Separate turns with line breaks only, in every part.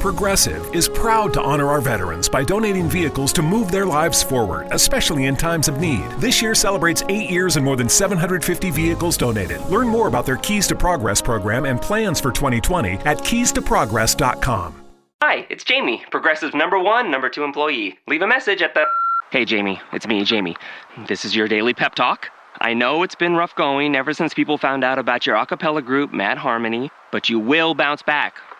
Progressive is proud to honor our veterans by donating vehicles to move their lives forward, especially in times of need. This year celebrates eight years and more than 750 vehicles donated. Learn more about their Keys to Progress program and plans for 2020 at keystoprogress.com.
Hi, it's Jamie, Progressive number one, number two employee. Leave a message at the. Hey, Jamie, it's me, Jamie. This is your daily pep talk. I know it's been rough going ever since people found out about your a cappella group, Mad Harmony, but you will bounce back.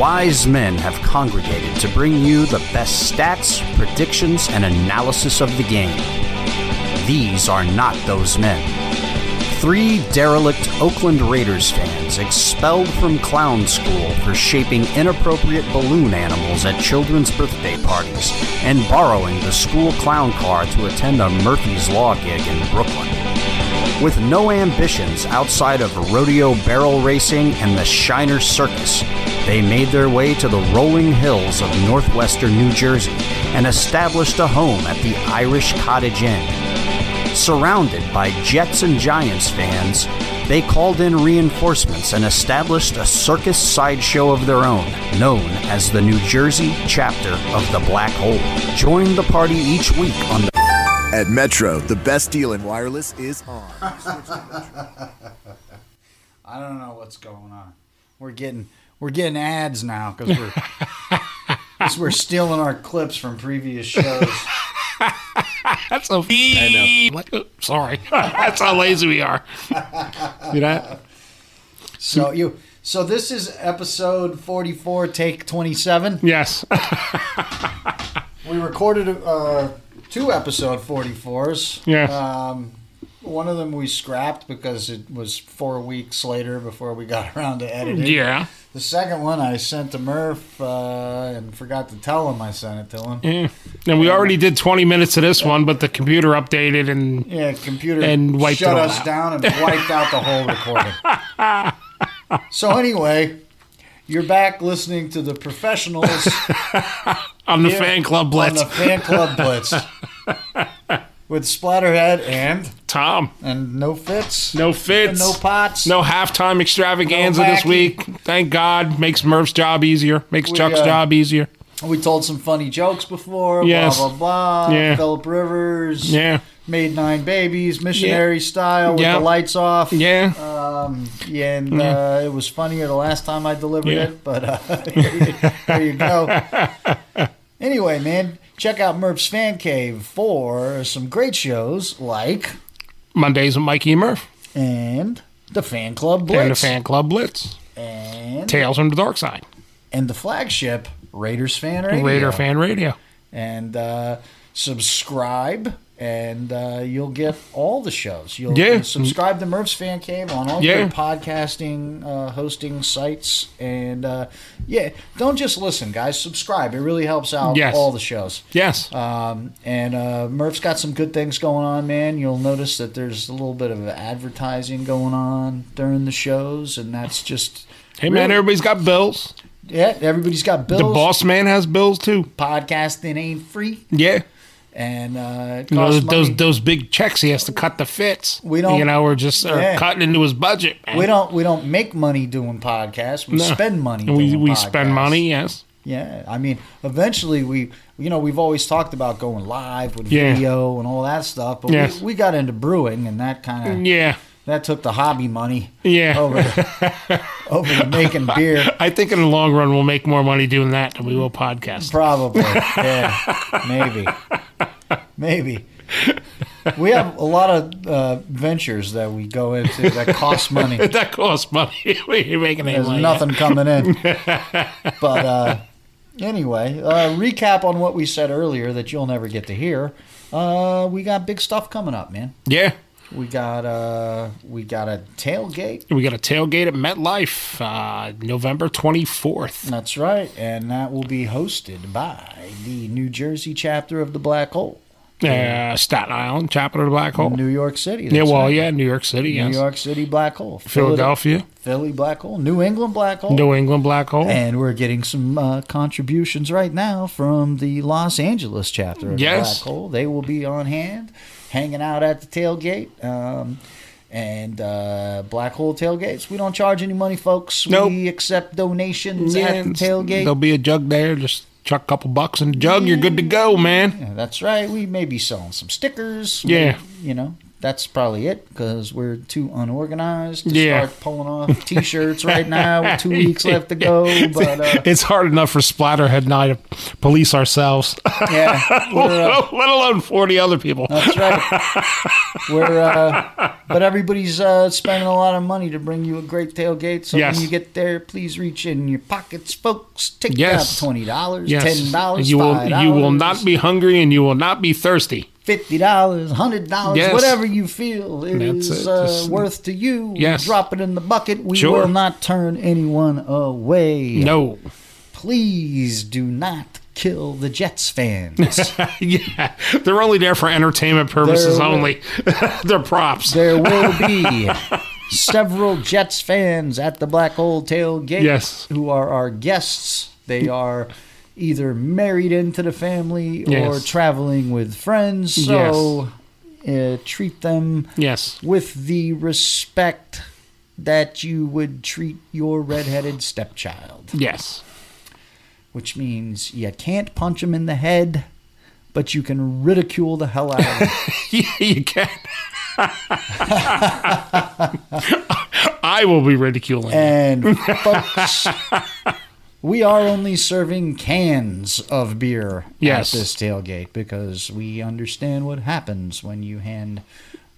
wise men have congregated to bring you the best stats, predictions, and analysis of the game. These are not those men. Three derelict Oakland Raiders fans expelled from clown school for shaping inappropriate balloon animals at children's birthday parties and borrowing the school clown car to attend a Murphy's Law gig in Brooklyn. With no ambitions outside of rodeo barrel racing and the Shiner Circus, they made their way to the rolling hills of northwestern New Jersey and established a home at the Irish Cottage Inn. Surrounded by Jets and Giants fans, they called in reinforcements and established a circus sideshow of their own, known as the New Jersey chapter of the Black Hole. Join the party each week on the
At Metro, the best deal in wireless is on.
I don't know what's going on. We're getting we're getting ads now because we're 'cause we're stealing our clips from previous shows.
That's so. I know. sorry. That's how lazy we are. You know?
So you so this is episode forty four, take twenty seven.
Yes.
We recorded uh, two episode forty fours.
Yeah.
Um, one of them we scrapped because it was four weeks later before we got around to editing.
yeah.
The second one I sent to Murph uh, and forgot to tell him I sent it to him.
Yeah. And we already did 20 minutes of this one, but the computer updated and
Yeah, computer
And wiped
shut
it all
us
out.
down and wiped out the whole recording. so anyway, you're back listening to the professionals
on the
Yeah.
fan club blitz.
on the fan club blitz with Splatterhead and
Tom,
and no fits,
no fits.
no pots,
No halftime extravaganza
No
this week. Thank God. Makes Murph's job easier. Makes
We,
Chuck's
uh,
job easier.
We told some funny jokes before.
Yes.
Blah blah blah.
Yeah.
Philip Rivers.
Yeah.
Made nine babies, missionary style with
Yeah.
the lights off.
Yeah.
Um, yeah, and Uh, it was funnier the last time I delivered
Yeah.
it, but uh, there you go. Anyway, man, check out Murph's Fan Cave for some great shows like
Mondays with Mikey and Murph.
and the Fan Club Blitz
And the fan club blitz.
and,
Tales from the Dark Side.
and the flagship Raiders Fan Radio.
Raider Fan Radio.
and uh, subscribe. And uh, you'll get all the shows. You'll
Yeah.
subscribe to Murph's Fan Cave on all
Yeah.
your podcasting uh, hosting sites, and uh, yeah, don't just listen, guys. Subscribe; it really helps out
Yes.
all the shows.
Yes.
Um, and uh, Murph's got some good things going on, man. You'll notice that there's a little bit of advertising going on during the shows, and that's just
hey, man, everybody's got bills.
yeah. Everybody's got bills.
The boss man has bills too.
podcasting ain't free.
Yeah.
and uh, it
You know,
costs
those
money.
those big checks he has to cut the fits.
We don't-
You know, we're just are
Yeah.
cutting into his budget. man.
we don't we don't make money doing podcasts. We
No.
spend money.
And We
doing
we spend
podcasts.
money. Yes.
Yeah, I mean, eventually we, you know, we've always talked about going live with
Yeah.
video and all that stuff, but
Yes. Mm.
we, we got into brewing and that kind of
Yeah.
that took the hobby money
Yeah.
over to, over to making beer.
I think in the long run we'll make more money doing that than we will podcast.
Probably, yeah, maybe, maybe. We have a lot of uh, ventures that we go into that cost money.
That costs money. we ain't making any
There's
money.
nothing coming in. but uh, anyway, uh, recap on what we said earlier that you'll never get to hear. Uh, we got big stuff coming up, man.
Yeah.
We got uh, we got a tailgate.
We got a tailgate at MetLife, uh, November 24th.
That's right, and that will be hosted by the New Jersey chapter of the Black Hole,
Uh, Staten Island, chapter of the Black Hole.
New York City.
yeah,
that's
well,
right.
yeah, New York City,
New
yes.
York City Black Hole,
Philadelphia,
Philly Black Hole, New England Black Hole.
New England Black Hole.
And we're getting some uh, contributions right now from the Los Angeles chapter of the
Yes.
Black Hole. They will be on hand, hanging out at the tailgate. Um, and uh, Black Hole tailgates. We don't charge any money, folks.
Nope.
We accept donations
Yeah,
at the
it's-
tailgate.
There'll be a jug there. Just chuck a couple bucks in the jug. You're good to go, man.
Yeah, that's right. We may be selling some stickers.
Yeah.
May- you know, that's probably it because we're too unorganized to
Yeah.
start pulling off t shirts right now with two weeks left to go. But uh,
It's hard enough for Splatterhead and I to police ourselves,
yeah, Uh, we're, uh,
let alone 40 other people.
That's right. We're, uh, but everybody's uh, spending a lot of money to bring you a great tailgate. So
Yes.
when you get there, please reach in your pockets, folks. Take
Yes.
out twenty dollars,
Yes.
ten dollars,
You will,
five
you will not be hungry and you will not be thirsty.
fifty dollars, hundred dollars,
Yes.
whatever you feel
That's
is
it.
uh,
Just-
worth to you.
Yes.
drop it in the bucket. We
Sure.
will not turn anyone away.
No.
please do not kill the Jets fans.
yeah. They're only there for entertainment purposes
They're-
only. They're props.
There will be several Jets fans at the Black Hole Tailgate
Yes.
who are our guests. They are either married into the family or
Yes.
traveling with friends. So uh, treat them
yes.
with the respect that you would treat your redheaded stepchild,
Yes.
which means you can't punch him in the head, but you can ridicule the hell out of him.
Yeah, you can. I will be ridiculing. you.
And folks, we are only serving cans of beer
Yes.
at this tailgate because we understand what happens when you hand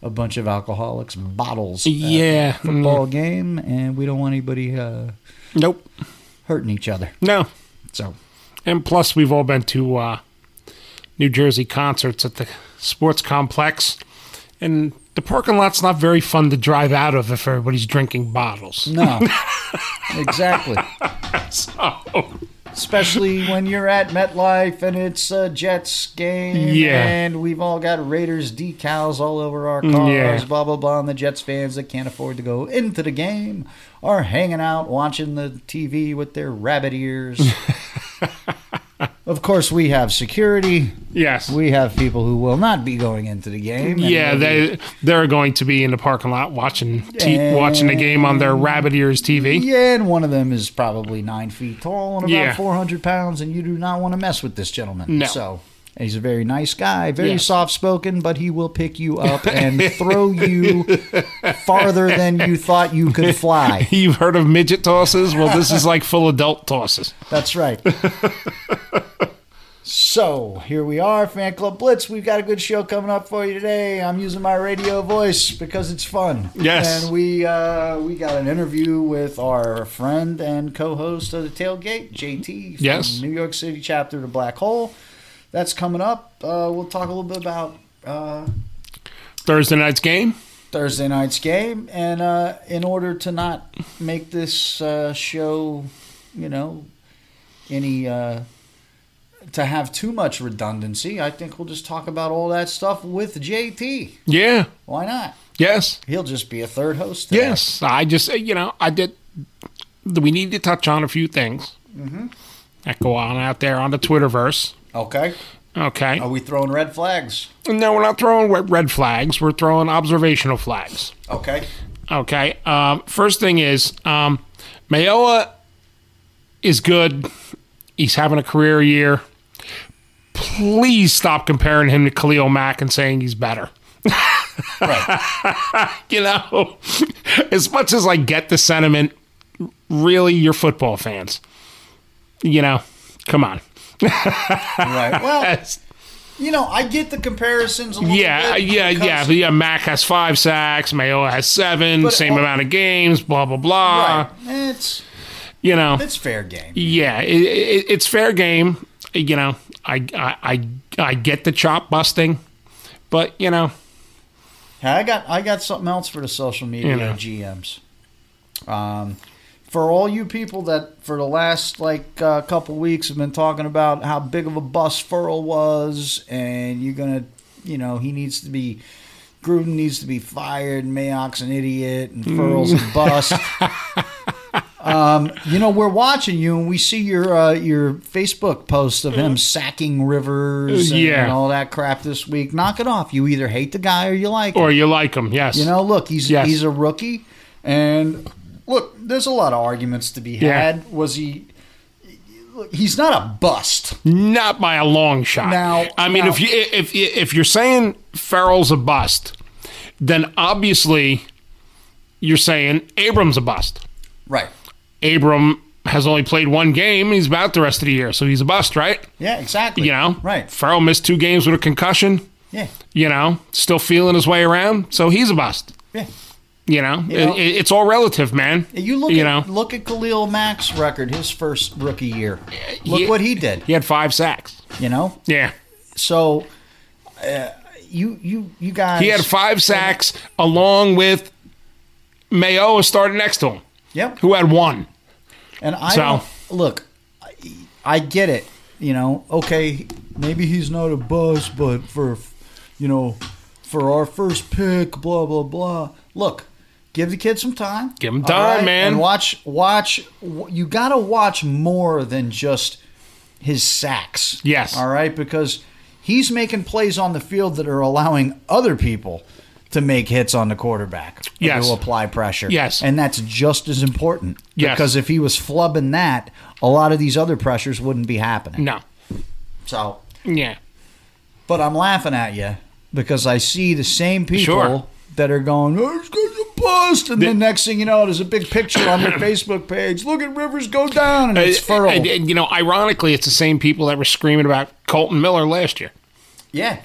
a bunch of alcoholics bottles at
Yeah. mm.
a football game, and we don't want anybody uh,
Nope.
hurting each other.
No.
So
And plus, we've all been to uh, New Jersey concerts at the sports complex, and the parking lot's not very fun to drive out of if everybody's drinking bottles.
no, exactly.
So,
Especially when you're at MetLife and it's a Jets game,
Yeah. Mm,
and we've all got Raiders decals all over our cars,
Yeah.
blah blah blah. And the Jets fans that can't afford to go into the game are hanging out watching the TV with their rabbit ears. of course, we have security.
yes.
We have people who will not be going into the game. and
yeah, they they're going to be in the parking lot watching t- watching the game on their rabbit ears TV.
Yeah, and one of them is probably nine feet tall and about
Yeah.
400 pounds, and you do not want to mess with this gentleman.
No.
So he's a very nice guy, very
Yes.
soft spoken, but he will pick you up and throw you farther than you thought you could fly.
You've heard of midget tosses? Well, this is like full adult tosses.
That's right. So here we are, Fan Club Blitz. We've got a good show coming up for you today. I'm using my radio voice because it's fun.
Yes.
And we uh, we got an interview with our friend and co-host of the tailgate, JT. From
Yes.
New York City chapter to Black Hole. That's coming up. Uh, we'll talk a little bit about uh,
Thursday night's game.
Thursday night's game, and uh, in order to not make this uh, show, you know, any uh, to have too much redundancy, I think we'll just talk about all that stuff with JT.
Yeah.
Why not?
Yes.
He'll just be a third host. today.
Yes. I just you know I did. We need to touch on a few things that go on out there on the Twitterverse.
Okay.
Okay.
Are we throwing red flags?
No, we're not throwing red- red flags. We're throwing observational flags.
Okay.
Okay. Um, first thing is, um, Mayoa is good. He's having a career year. Please stop comparing him to Khalil Mack and saying he's better.
Right.
You know, as much as I get the sentiment, really, you're football fans. You know, come on.
right. Well, you know, I get the comparisons a little
Yeah,
bit.
yeah,
because-
yeah, yeah. Mac has five sacks. Mayoa has seven.
But
same
all-
amount of games. Blah blah blah.
Right. It's
You know,
it's fair game.
yeah, it, it, it's fair game. You know, I, I I I get the chop busting, but you know,
Hey, I got I got something else for the social media
You know.
GMs. Um, for all you people that for the last like uh, couple weeks have been talking about how big of a bust Furl was, and you're gonna, you know, he needs to be. Gruden needs to be fired. Mayock's an idiot, and
Mm.
Furl's a bust. um, you know, we're watching you, and we see your uh, your Facebook post of him sacking Rivers and,
Yeah.
and all that crap this week. Knock it off. You either hate the guy or you like him.
or you like him, yes.
You know, look, he's
Yes.
he's a rookie, and look, there's a lot of arguments to be
Yeah.
had. Was he? look, He's not a bust.
not by a long shot.
Now-
I mean,
now-
if you if if you're saying Farrell's a bust, then obviously you're saying Abram's a bust.
Right.
Abram has only played one game. and He's out the rest of the year, so he's a bust, right?
Yeah. Exactly.
You know,
Right.
Farrell missed two games with a concussion.
Yeah.
You know, still feeling his way around, so he's a bust.
Yeah.
You know,
You know-
It, it- it's all relative, man.
You look.
You
at,
know,
Look at Khalil Mack's record. His first rookie year. Look
yeah.
what he did.
he had five sacks.
You know.
Yeah,
So. Uh, you you you guys.
he had five sacks along with Mayo starting next to him,
Yep.
who had one.
And I
So-
don't- look, I, I get it. You know, okay, maybe he's not a bust, but for you know, for our first pick, blah blah blah. Look, give the kid some time.
Give him
all
time, man.
And watch, watch. w- You got to watch more than just his sacks.
Yes.
All right, because he's making plays on the field that are allowing other people to make hits on the quarterback. or
Yes.
To apply pressure.
Yes.
And that's just as important.
Yes.
Because if he was flubbing that, a lot of these other pressures wouldn't be happening.
No,
So,
yeah,
but I'm laughing at you because I see the same people
Sure.
that are going, oh, it's going to bust. And the, next thing you know, there's a big picture on their Facebook page. Look at Rivers go
Uh,
down, and it's Furl.
And, and, you know, ironically, it's the same people that were screaming about Colton Miller last year.
yeah.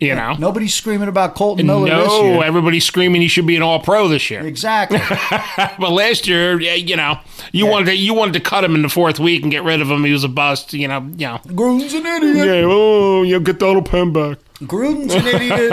You know,
Nobody's screaming about Colton
no,
Miller this year.
everybody's screaming he should be an All Pro this year.
Exactly.
But last year, yeah, you know, you wanted to, you wanted to cut him in the fourth week and get rid of him. He was a bust. You know, you know.
Gruden's an idiot.
oh, you get Donald Penn back.
Gruden's an idiot.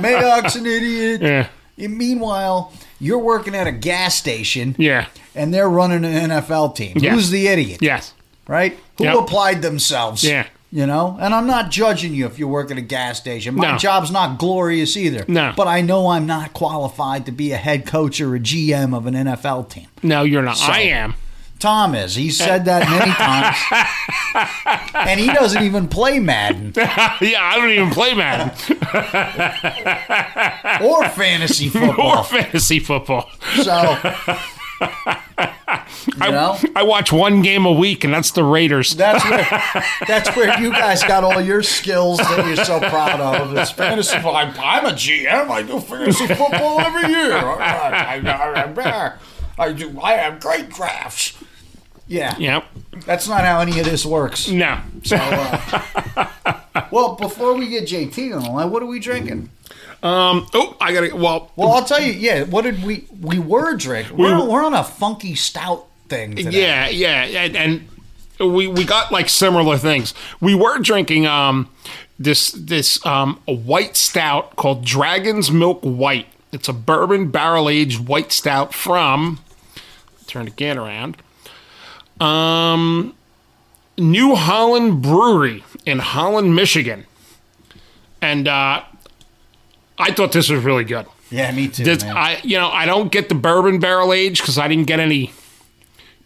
Mayock's an idiot.
Yeah,
And meanwhile, you're working at a gas station
yeah,
and they're running an NFL team.
Yeah.
Who's the idiot?
yes,
Right? Who
Yep.
applied themselves?
Yeah.
You know? And I'm not judging you if you work at a gas station. My
No.
job's not glorious either.
No.
But I know I'm not qualified to be a head coach or a GM of an NFL team.
no, you're not. I am.
Tom is. He's
Uh,
said that many times. and he doesn't even play Madden
Yeah, I don't even play Madden
or fantasy
or
football.
fantasy football.
So, you know,
I watch one game a week, and that's the Raiders.
that's where that's where you guys got all your skills that you're so proud of. It's fantasy football. I'm, I'm a GM. I do fantasy football every year. I, I- I- I do. I have great drafts. Yeah,
Yep.
that's not how any of this works. uh,
No.
Well, before we get JT on the line, what are we drinking?
Um. Oh, I gotta. Well,
Well, I'll tell you. Yeah, what did we we were drinking? We're, on- we're on a funky stout thing. Today.
Yeah, yeah, and, and we we got like similar things. We were drinking um this this um a white stout called Dragon's Milk White. It's a bourbon barrel aged white stout from turn again around. Um New Holland Brewery in Holland, Michigan. And uh I thought this was really good.
yeah, me too.
That's,
man.
I you know I don't get the bourbon barrel age because I didn't get any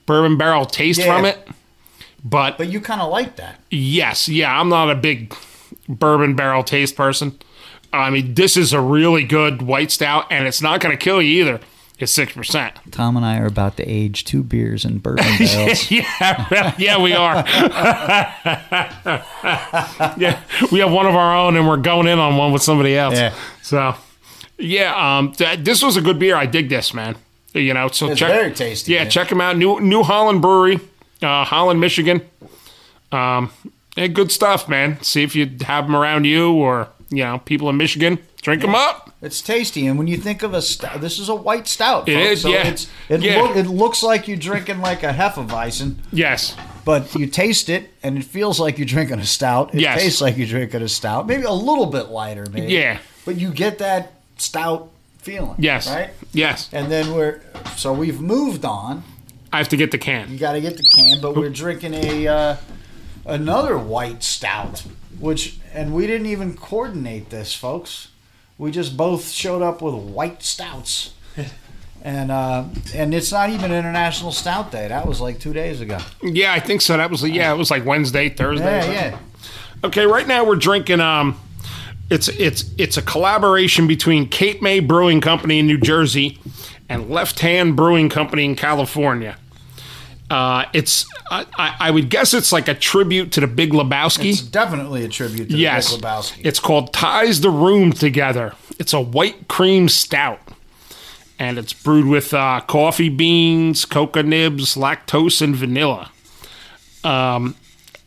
bourbon barrel taste
Yeah.
from it. But
but you kind of like that.
yes, yeah, I'm not a big bourbon barrel taste person. I mean, this is a really good white stout, and it's not going to kill you either. It's six percent.
Tom and I are about to age two beers in bourbon barrels.
yeah, really. yeah, we are. yeah, we have one of our own, and we're going in on one with somebody else.
Yeah.
So, yeah, um, th- this was a good beer. I dig this, man. You know, so
It's
check,
very tasty,
Yeah,
man.
check them out. New New Holland Brewery, uh, Holland, Michigan. Um, yeah, good stuff, man. See if you have them around you, or you know, people in Michigan, drink them up.
It's tasty, and when you think of a stout, this is a white stout.
It
folks,
is, yeah.
It's, it,
Yeah.
look- it looks like you're drinking like a hefeweizen,
Yes,
but you taste it, and it feels like you're drinking a stout. It
Yes.
tastes like you're drinking a stout, maybe a little bit lighter, maybe.
Yeah.
But you get that stout feeling.
yes,
Right.
yes.
And then we're so we've moved on.
I have to get the
You
can.
got to get the can, but we're drinking a uh, another white stout, which and we didn't even coordinate this, folks. We just both showed up with white stouts, and uh, and it's not even International Stout Day. That was like two days ago.
Yeah, I think so. That was yeah, it was like Wednesday, Thursday. or
Yeah,
something.
yeah.
Okay, right now we're drinking um it's it's it's a collaboration between Cape May Brewing Company in New Jersey and Left Hand Brewing Company in California. Uh, it's I, I I would guess it's like a tribute to the Big Lebowski.
It's definitely a tribute to
yes,
Big Lebowski.
it's called Ties the Room Together. It's a white cream stout, and it's brewed with uh, coffee beans, coca nibs, lactose, and vanilla. Um,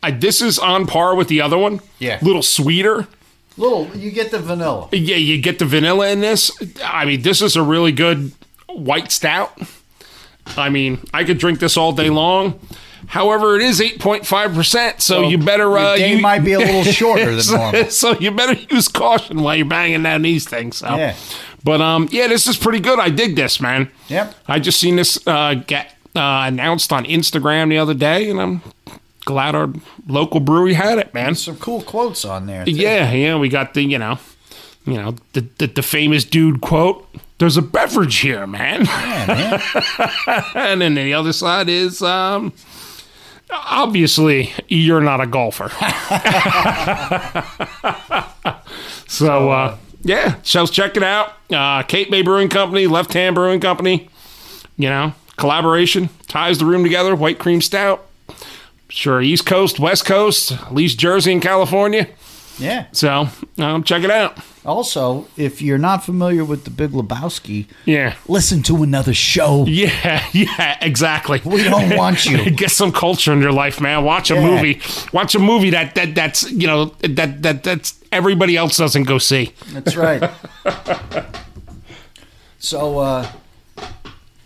I, this is on par with the other one.
Yeah.
little sweeter.
Little, you get the vanilla.
Yeah, you get the vanilla in this. I mean, this is a really good white stout. I mean, I could drink this all day long. However, it is 8.5%, so you better uh
Your day
you,
might be a little shorter than normal.
so you better use caution while you're banging down these things. So.
Yeah.
But um yeah, this is pretty good. I dig this, man.
Yep.
I just seen this uh get uh, announced on Instagram the other day and I'm glad our local brewery had it, man.
Some cool quotes on there. too.
Yeah, yeah, we got the you know, you know the the, the famous dude quote. There's a beverage here, man. and then the other side is um, obviously you're not a golfer. so uh, yeah, so check it out. Uh, Cape May Brewing Company, Left Hand Brewing Company. You know, collaboration ties the room together. White cream stout. Sure, East Coast, West Coast, at least Jersey and California.
yeah.
So um, check it out.
Also, if you're not familiar with the Big Lebowski,
Yeah.
listen to another show.
Yeah, yeah, exactly.
We don't want you.
Get some culture in your life, man. Watch a
Yeah.
movie. Watch a movie that that that's you know that that that's everybody else doesn't go see.
That's right. so, uh,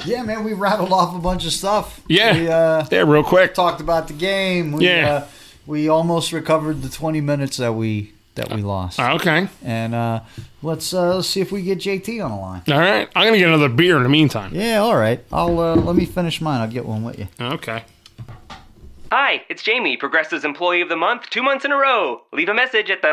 yeah, man, we rattled off a bunch of stuff.
Yeah,
We uh,
yeah, real quick.
talked about the game. We,
Yeah.
Uh, we almost recovered the 20 minutes that we that we lost.
Okay,
And uh, let's uh, let's see if we get JT on the line.
all right. I'm gonna get another beer in the meantime.
Yeah, all right. I'll uh, let me finish mine. I'll get one with you.
Okay.
Hi, it's Jamie, Progressive's Employee of the Month, two months in a row. Leave a message at the.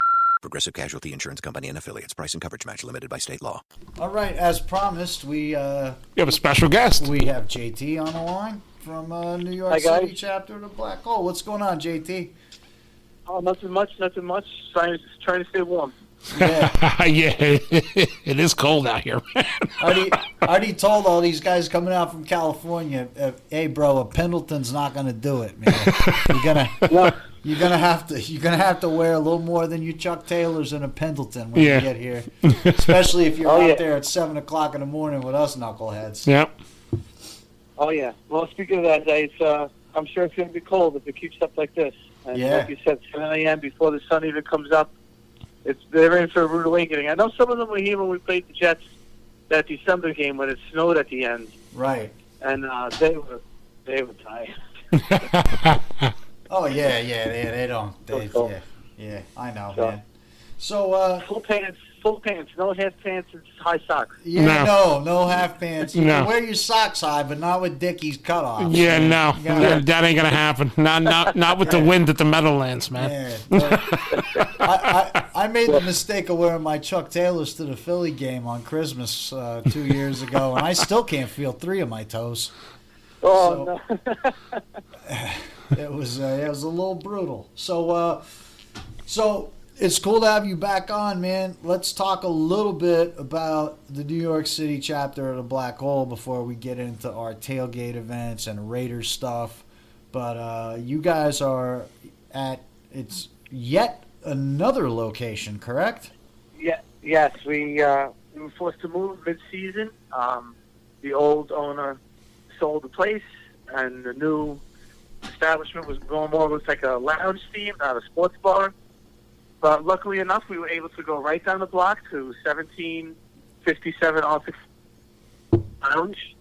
Progressive Casualty Insurance Company and affiliates. Price and coverage match limited by state law.
All right, as promised, we uh,
You have a special guest.
we have JT on the line from uh, New York
Hi, guys.
City chapter of the Black Hole. What's going on, JT?
Oh, nothing much, nothing much. Trying, trying to stay warm.
yeah, it is cold out here. man.
I already, I already told all these guys coming out from California, uh, hey bro, a Pendleton's not gonna do it, man. You're gonna, you're gonna have to, you're gonna have to wear a little more than you Chuck Taylors and a Pendleton when
Yeah.
you get here, especially if you're
Oh,
out
yeah.
there at seven o'clock in the morning with us knuckleheads.
yep.
Oh yeah. Well, speaking of that, it's, uh, I'm sure it's going to be cold if it keeps up like this. And
Yeah.
like you said, 7 a.m. before the sun even comes up, it's they're in for a rude awakening. I know some of them were here when we played the Jets that December game when it snowed at the end,
Right?
and uh, they were they were tired.
Oh yeah, yeah, yeah. They don't, they,
Cool.
yeah, yeah. I know,
Sure.
man. So, uh,
Full pants, full pants, no half pants, and high socks.
Yeah, no, no, half pants. You
No.
can wear your socks high, but not with Dickies cut off.
Yeah, no,
You gotta-
that, that ain't gonna happen. Not not not with the wind at the Meadowlands,
Yeah,
man.
but I, I, I made the mistake of wearing my Chuck Taylors to the Philly game on Christmas uh, two years ago, and I still can't feel three of my toes.
Oh
no! it was uh, it was a little brutal. So uh, so it's cool to have you back on, man. Let's talk a little bit about the New York City chapter of the Black Hole before we get into our tailgate events and Raiders stuff. But uh, you guys are at it's yet another location, correct?
Yeah, yes, we uh, we were forced to move mid-season. Um, the old owner sold the place, and the new establishment was going more looks like a lounge theme, not a sports bar. But luckily enough, we were able to go right down the block to 1757 Arctic Lounge,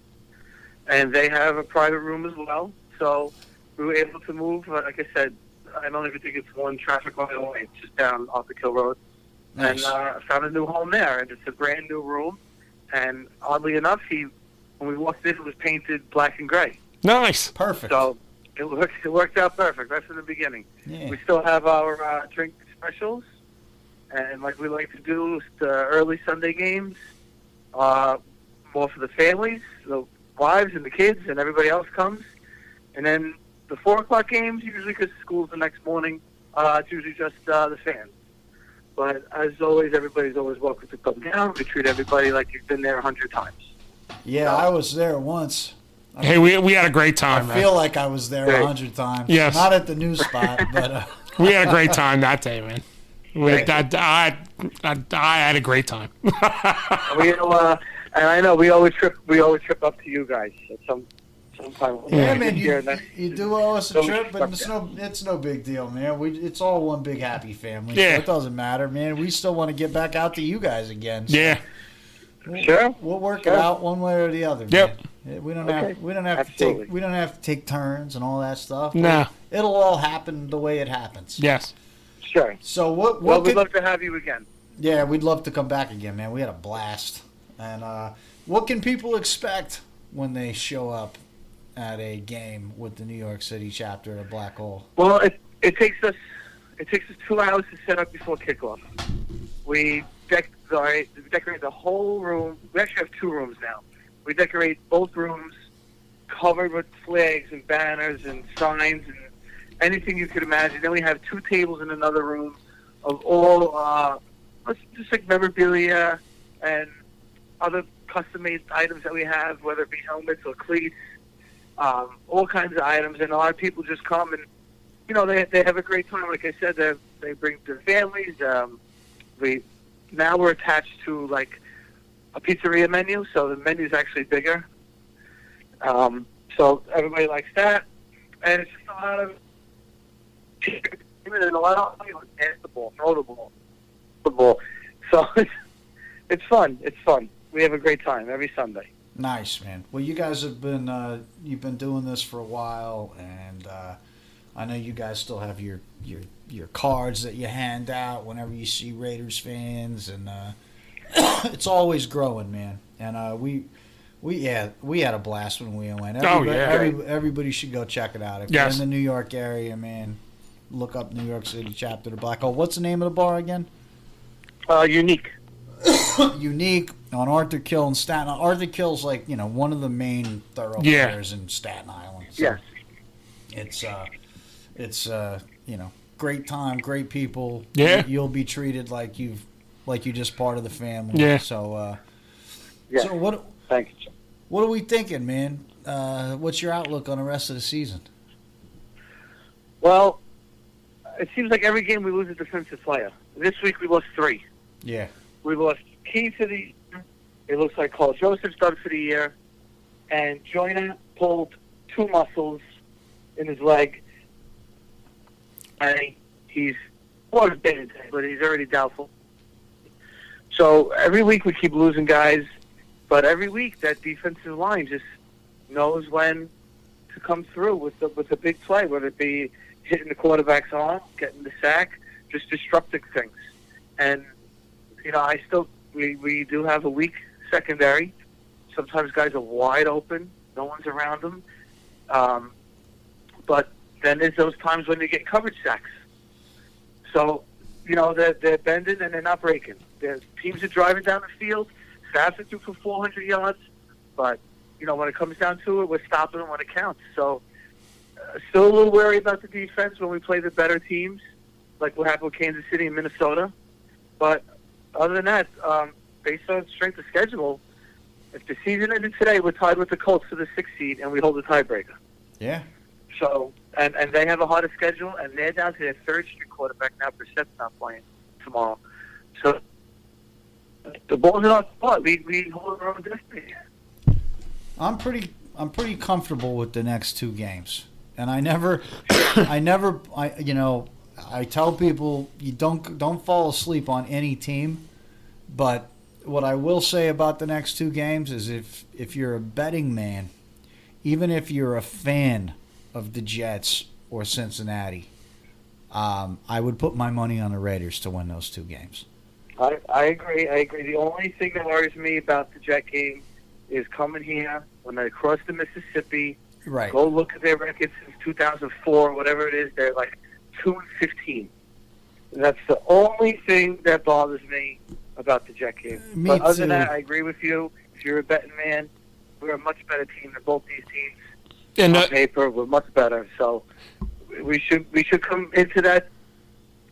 and they have a private room as well. So we were able to move. uh, Like I said, I don't even think it's one traffic light away. It's just down Arctic Hill Road
Nice.
and uh, found a new home there. And it's a brand new room. And oddly enough, he when we walked in, it was painted black and gray.
Nice.
Perfect.
So it worked. It worked out perfect right from the beginning.
Yeah.
We still have our uh, drink specials, and like we like to do the early Sunday games, uh, more for the families, the wives and the kids, and everybody else comes. And then the four o'clock games, usually because school's the next morning, uh, it's usually just uh, the fans. But as always, everybody's always welcome to come down. We treat everybody like you've been there a hundred times.
Yeah, I was there once.
Hey, we we had a great
I
time, man.
feel like I was there
Great.
a hundred times.
Yes.
Not at the new spot, but uh,
we had a great time that day, man. We,
Great.
that, I, I, I had a great time.
we uh, and I know we always trip we always trip up to you guys at some sometime.
Yeah, man, you,
and that's-
you do owe us a
Don't
trip, but
fuck
it's
that.
no, it's no big deal, man. We, it's all one big happy family. so
Yeah.
it doesn't matter, man. We still want to get back out to you guys again. so
Yeah,
Sure.
we'll work
Sure.
it out one way or the other.
Yep.
man. Yeah, We don't
Okay.
have we don't have to
Absolutely.
take we don't have to take turns and all that stuff.
no,
It'll all happen the way it happens.
yes.
Sure.
So what?
Well,
What?
we'd
could-
love to have you again.
yeah, we'd love to come back again, man. We had a blast. And uh, what can people expect when they show up at a game with the New York City chapter of Black Hole?
Well, it, it takes us it takes us two hours to set up before kickoff. We dec- the, we decorate the whole room. We actually have two rooms now. We decorate both rooms covered with flags and banners and signs and anything you could imagine. Then we have two tables in another room of all uh, let's- just like memorabilia and other custom-made items that we have, whether it be helmets or cleats, um, all kinds of items. And a lot of people just come and you know, they they have a great time. Like I said, they they bring their families. Um, we now we're attached to like a pizzeria menu, so the menu's actually bigger. Um, so everybody likes that, and it's just a lot of even a lot of you know, dance the ball, throw the ball, the ball. So it's, it's fun. It's fun. We have a great time every Sunday.
Nice, man. Well, you guys have been uh, you've been doing this for a while, and uh, I know you guys still have your your your cards that you hand out whenever you see Raiders fans, and uh, it's always growing, man. And uh, we. We yeah we had a blast when we went. Everybody,
Oh, yeah.
every- everybody should go check it out. If
Yes.
you're in the New York area, man, look up New York City chapter of the Black Hole. What's the name of the bar again?
Uh, unique.
unique on Arthur Kill and Staten Island. Arthur Kill's like, you know, one of the main thoroughfares in Staten Island. So
Yes.
It's uh it's uh you know, great time, great people.
Yeah.
You, will be treated like you've like you're just part of the family.
Yeah.
So uh
Yes.
so what
Thank you.
what are we thinking, man? Uh what's your outlook on the rest of the season?
Well, it seems like every game we lose a defensive player. This week we lost three.
Yeah.
We lost Key to the It looks like Carl Joseph's done for the year. And Joyner pulled two muscles in his leg. And he's more bit, but he's already doubtful. So every week we keep losing guys, but every week that defensive line just knows when to come through with the, with a big play, whether it be hitting the quarterback's arm, getting the sack, just disrupting things. And you know, I still we we do have a weak secondary. Sometimes guys are wide open, no one's around them. Um, but then there's those times when they get coverage sacks. So, you know, they're, they're bending and they're not breaking. Their teams are driving down the field. Stafford threw for 400 yards, but you know, when it comes down to it, we're stopping them when it counts. So, uh, still a little wary about the defense when we play the better teams, like what happened with Kansas City and Minnesota. But other than that, um, based on strength of schedule, if the season ended today, we're tied with the Colts for the sixth seed, and we hold the tiebreaker.
Yeah.
So, and, and they have a harder schedule, and they're down to their third string quarterback now. Brissett's not playing tomorrow, so the ball's in our spot. We we hold our own destiny.
I'm pretty I'm pretty comfortable with the next two games. And I never I never I you know, I tell people you don't don't fall asleep on any team, but what I will say about the next two games is if if you're a betting man, even if you're a fan of the Jets or Cincinnati, um, I would put my money on the Raiders to win those two games.
I, I agree. I agree. The only thing that worries me about the Jet game is coming here when they cross the Mississippi.
Right.
Go look at their record since 2004, whatever it is. They're like two and 15. That's the only thing that bothers me about the Jet game.
Me
but other
too.
than that, I agree with you. If you're a betting man, we're a much better team than both these teams.
And,
on
uh,
paper, we're much better. So we should we should come into that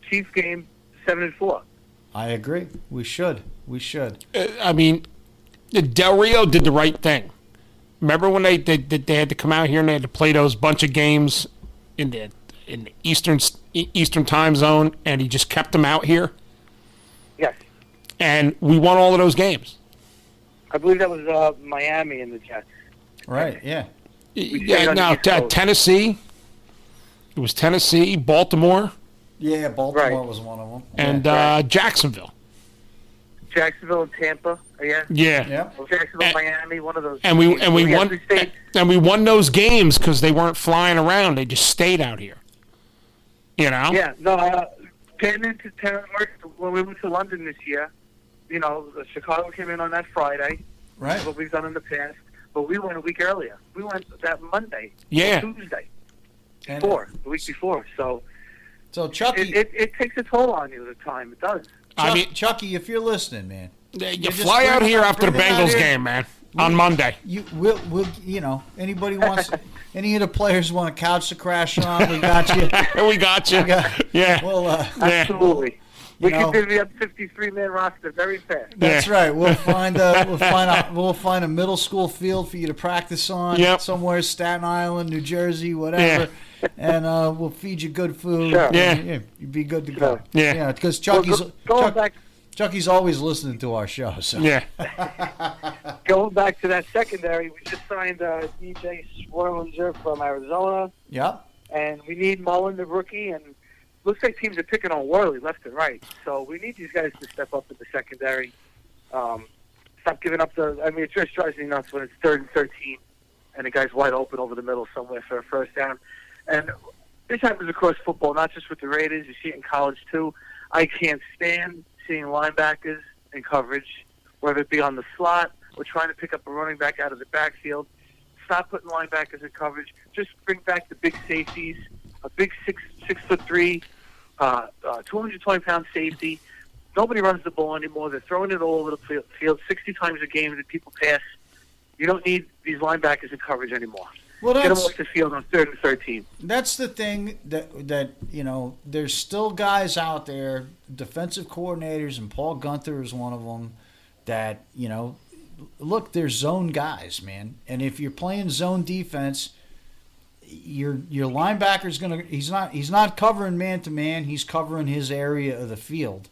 Chiefs game seven and four.
I agree. We should. We should.
Uh, I mean, Del Rio did the right thing. Remember when they they, they had to come out here and they had to play those bunch of games in the in the eastern E, eastern time zone, and he just kept them out here,
Yes,
and we won all of those games.
I believe that was uh, Miami and the Jets.
Right, yeah.
Yeah, now t- Tennessee. It was Tennessee, Baltimore,
Yeah, Baltimore was one of them.
and uh, Jacksonville.
Jacksonville and Tampa. Yeah.
Yeah. Yep.
Well, Jacksonville, Miami, one of those.
And we and we
have
won
to stay-
and we won those games because they weren't flying around; they just stayed out here. You know.
Yeah. No. Uh, getting into town worked when we went to London this year. You know, the Chicago came in on that Friday.
Right.
What we've done in the past, but we went a week earlier. We went that Monday.
Yeah.
Tuesday.
And- uh,
Before the week before, so.
So Chucky,
it, it, it takes a toll on you at the time. It does.
I
Chuck-
mean-
Chucky, if you're listening, man,
You
you're just
fly out
bringing-
here after the
bringing out
Bengals
here-
game, man, on Monday.
You we'll, we'll you know anybody wants any of the players want a couch to crash on, we got you.
we got you.
We got-
yeah.
We'll, uh,
Absolutely. We
You
could
know-
divvy up 53 man roster very fast.
That's right. We'll find a we'll find a we'll find a middle school field for you to practice on
Yep.
somewhere Staten Island, New Jersey, whatever. And uh, we'll feed you good food.
Sure.
Yeah.
And, you'd be good to go.
Yeah.
yeah. Because
Well,
Chucky's
go- going
Chuck-
back,
Chucky's always listening to our show. So
yeah.
going back to that secondary, we just signed uh, DJ Swerlinger from Arizona,
Yep.
and we need Mullen, the rookie, and looks like teams are picking on Worley left and right. So we need these guys to step up in the secondary. Um, stop giving up the. I mean, it just drives me nuts when it's third and thirteen, and the guy's wide open over the middle somewhere for a first down. And this happens across football, not just with the Raiders. You see it in college too. I can't stand seeing linebackers in coverage, whether it be on the slot or trying to pick up a running back out of the backfield. Stop putting linebackers in coverage. Just bring back the big safeties, a big six six foot three, uh, uh, 220 pound safety. Nobody runs the ball anymore. They're throwing it all over the field- field 60 times a game that people pass. You don't need these linebackers in coverage anymore.
Well,
Get them
that's
off the field on third and 13.
that's the thing that that you know there's still guys out there defensive coordinators and paul gunther is one of them that you know look they're zone guys man and if you're playing zone defense your your linebacker's gonna he's not he's not covering man to man he's covering his area of the field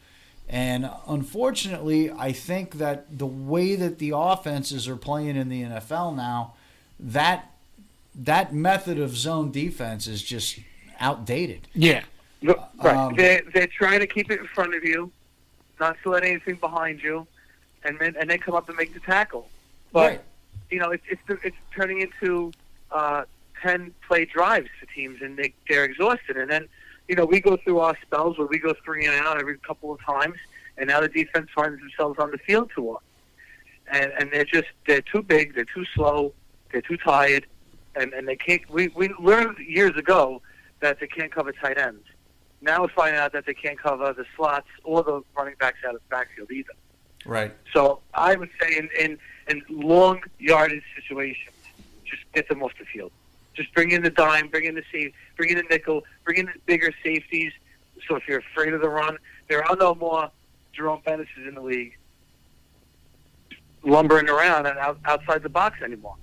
and unfortunately i think that the way that the offenses are playing in the nfl now that that method of zone defense is just outdated.
Yeah.
No, Right.
Um,
they're, they're trying to keep it in front of you, not to let anything behind you, and then and then come up and make the tackle. But
Right.
you know, it's it's, the, it's turning into uh, ten play drives for teams, and they they're exhausted. And then you know, we go through our spells where we go three and out every couple of times, and now the defense finds themselves on the field too often. And, and they're just they're too big, they're too slow, they're too tired, and, and they can't. We, we learned years ago that they can't cover tight ends. Now we're finding out that they can't cover the slots or the running backs out of the backfield either.
Right.
So I would say in, in, in long yardage situations, just get them off the field. Just bring in the dime, bring in the safe, bring in the nickel, bring in the bigger safeties. So if you're afraid of the run, there are no more Jerome Bennett's in the league lumbering around and out, outside the box anymore.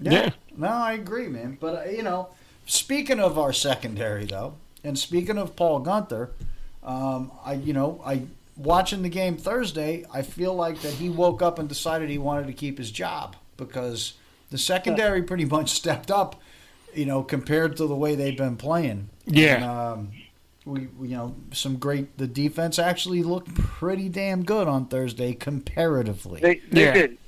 Yeah. No, I agree, man. But uh, you know, speaking of our secondary though, and speaking of Paul Gunther, um, I you know I watching the game Thursday, I feel like that he woke up and decided he wanted to keep his job because the secondary pretty much stepped up, you know, compared to the way they've been playing.
Yeah.
And, um, we, we you know some great the defense actually looked pretty damn good on Thursday comparatively.
They, they
Yeah.
did.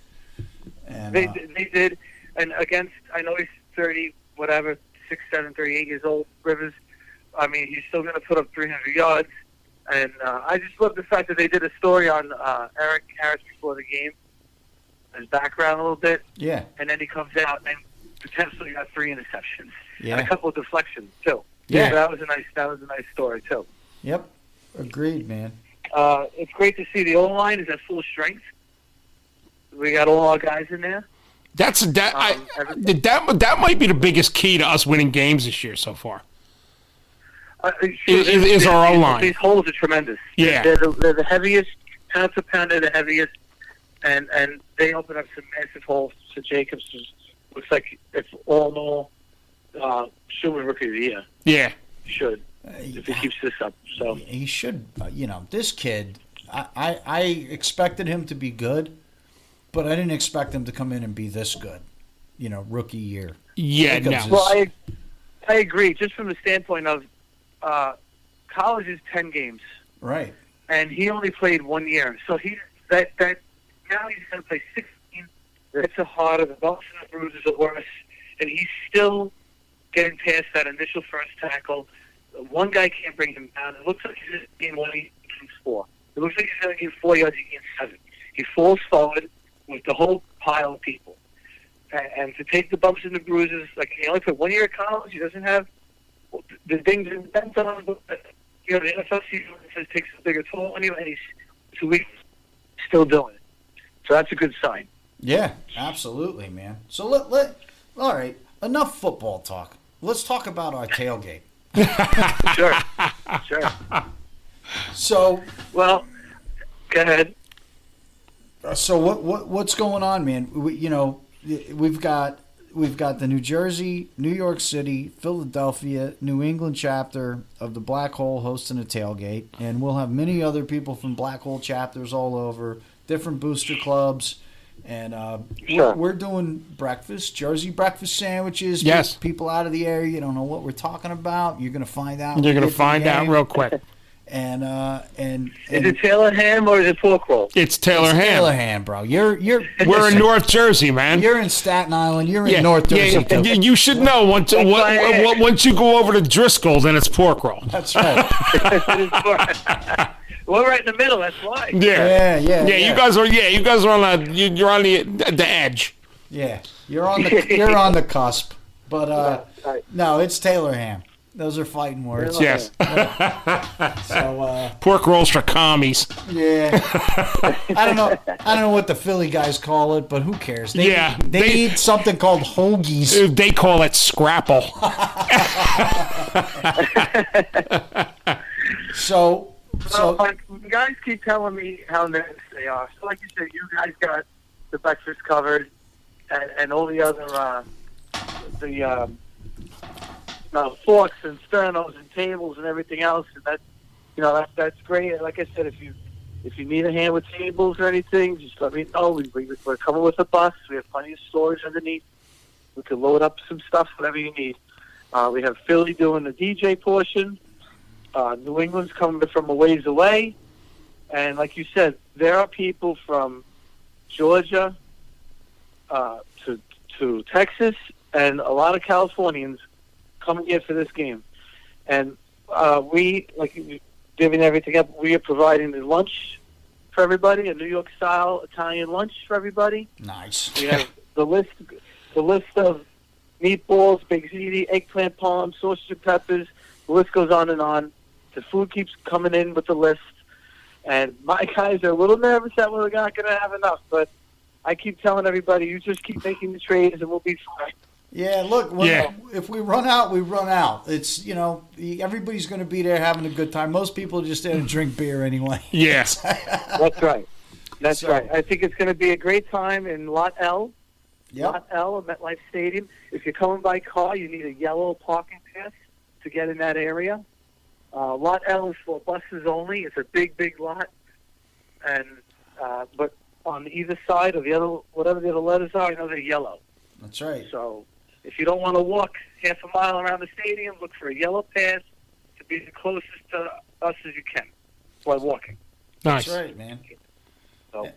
And,
they,
uh,
they did. And against, I know he's 30, whatever, 6, 7, 38 years old, Rivers. I mean, he's still going to put up 300 yards. And uh, I just love the fact that they did a story on uh, Eric Harris before the game, his background a little bit.
Yeah.
And then he comes out and potentially got three interceptions and
Yeah.
a couple of deflections, too.
Yeah.
So that was a nice, that was a nice story, too.
Yep. Agreed, man.
Uh, it's great to see the O line is at full strength. We got all our guys in there.
That's that. I,
Um,
that that might be the biggest key to us winning games this year so far.
Uh,
Is- is- is our
these-
O-line.
These holes are tremendous.
Yeah.
they're the, they're the heaviest pound for pound. They're the heaviest, and and they open up some massive holes. So Jacobs is, looks like it's all in all, uh, Schumann Rookie of the Year
Yeah.
should if he keeps this up. So
he should, uh, you know, this kid, I, I, I expected him to be good, but I didn't expect him to come in and be this good, you know, rookie year. Jacobs
Well,
is-
I I agree. Just from the standpoint of uh, college is ten games.
right.
and he only played one year. So he that that now he's going to play 16. It's a harder. The bumps and the bruises are worse, and he's still getting past that initial first tackle. One guy can't bring him down. It looks like he's in one he gains four. It looks like he's going to gain four yards. He gains seven. He falls forward with the whole pile of people. And, and to take the bumps and the bruises, like he only played one year at college. He doesn't have the things and bent on him. But you know, the NFL season says takes a bigger toll on you, and he's two weeks still doing it. So that's a good sign.
Yeah, absolutely, man. So let, let, all right, enough football talk. Let's talk about our tailgate.
Sure, sure.
So,
well, go ahead.
So what what what's going on, man? We, you know, we've got we've got the New Jersey, New York City, Philadelphia, New England chapter of the Black Hole hosting a tailgate, and we'll have many other people from Black Hole chapters all over, different booster clubs, and uh,
Sure.
we're, we're doing breakfast, Jersey breakfast sandwiches.
Yes.
people out of the area, you don't know what we're talking about. You're gonna find out.
You're gonna
Get the
find out
game.
real quick.
And uh, and,
Is
and
it Taylor Ham or is it pork roll?
It's Taylor
It's
Ham.
Taylor Ham, bro. You're you're
We're in
listen.
North Jersey, man.
You're in Staten Island. You're in North Jersey.
yeah,
too.
you- you should know once what,
why I asked.
once you go over to Driscoll, then it's pork roll.
That's right.
We're right in the middle. That's why.
Yeah,
Yeah, yeah,
yeah.
yeah.
You guys are, yeah, you guys are on a, you, you're on the the edge.
Yeah, you're on the you're on the cusp. But uh, no, it's Taylor Ham. Those are fighting words.
Yes,
So uh,
pork rolls for commies.
yeah, I don't know. I don't know what the Philly guys call it, but who cares? They,
Yeah,
they,
they-
eat something called hoagies.
They call it scrapple.
So,
So,
so
like, you guys keep telling me how nice they are. So, like you said, you guys got the breakfast covered, and, and all the other uh, the um, uh, forks and sternos and tables and everything else. And that you know that that's great. And like I said, if you if you need a hand with tables or anything, just let me know. We, we we're coming with a bus. We have plenty of storage underneath. We can load up some stuff, whatever you need. Uh, we have Philly doing the DJ portion. Uh, New England's coming from a ways away. And like you said, there are people from Georgia uh, to, to Texas and a lot of Californians coming here for this game. And uh, we, like, giving everything up. We are providing the lunch for everybody, a New York style Italian lunch for everybody.
Nice.
We have the list, the list of meatballs, ziti, eggplant palm, sausage and peppers. The list goes on and on. The food keeps coming in with the list, and my guys are a little nervous that we're not going to have enough. But I keep telling everybody, you just keep making the trades, and we'll be fine.
Yeah, look, when,
Yeah.
if we run out, we run out. It's, you know, everybody's going to be there having a good time. Most people are just there to drink beer anyway.
Yeah.
That's right. That's right. I think it's going to be a great time in Lot L.
Yep.
Lot L at MetLife Stadium. If you're coming by car, you need a yellow parking pass to get in that area. Uh, lot L is for buses only. It's a big, big lot, and uh, but on either side of the other, whatever the other letters are, I know they're yellow.
That's right.
So if you don't want to walk half a mile around the stadium, look for a yellow pass to be the closest to us as you can by walking.
That's right, man.
So,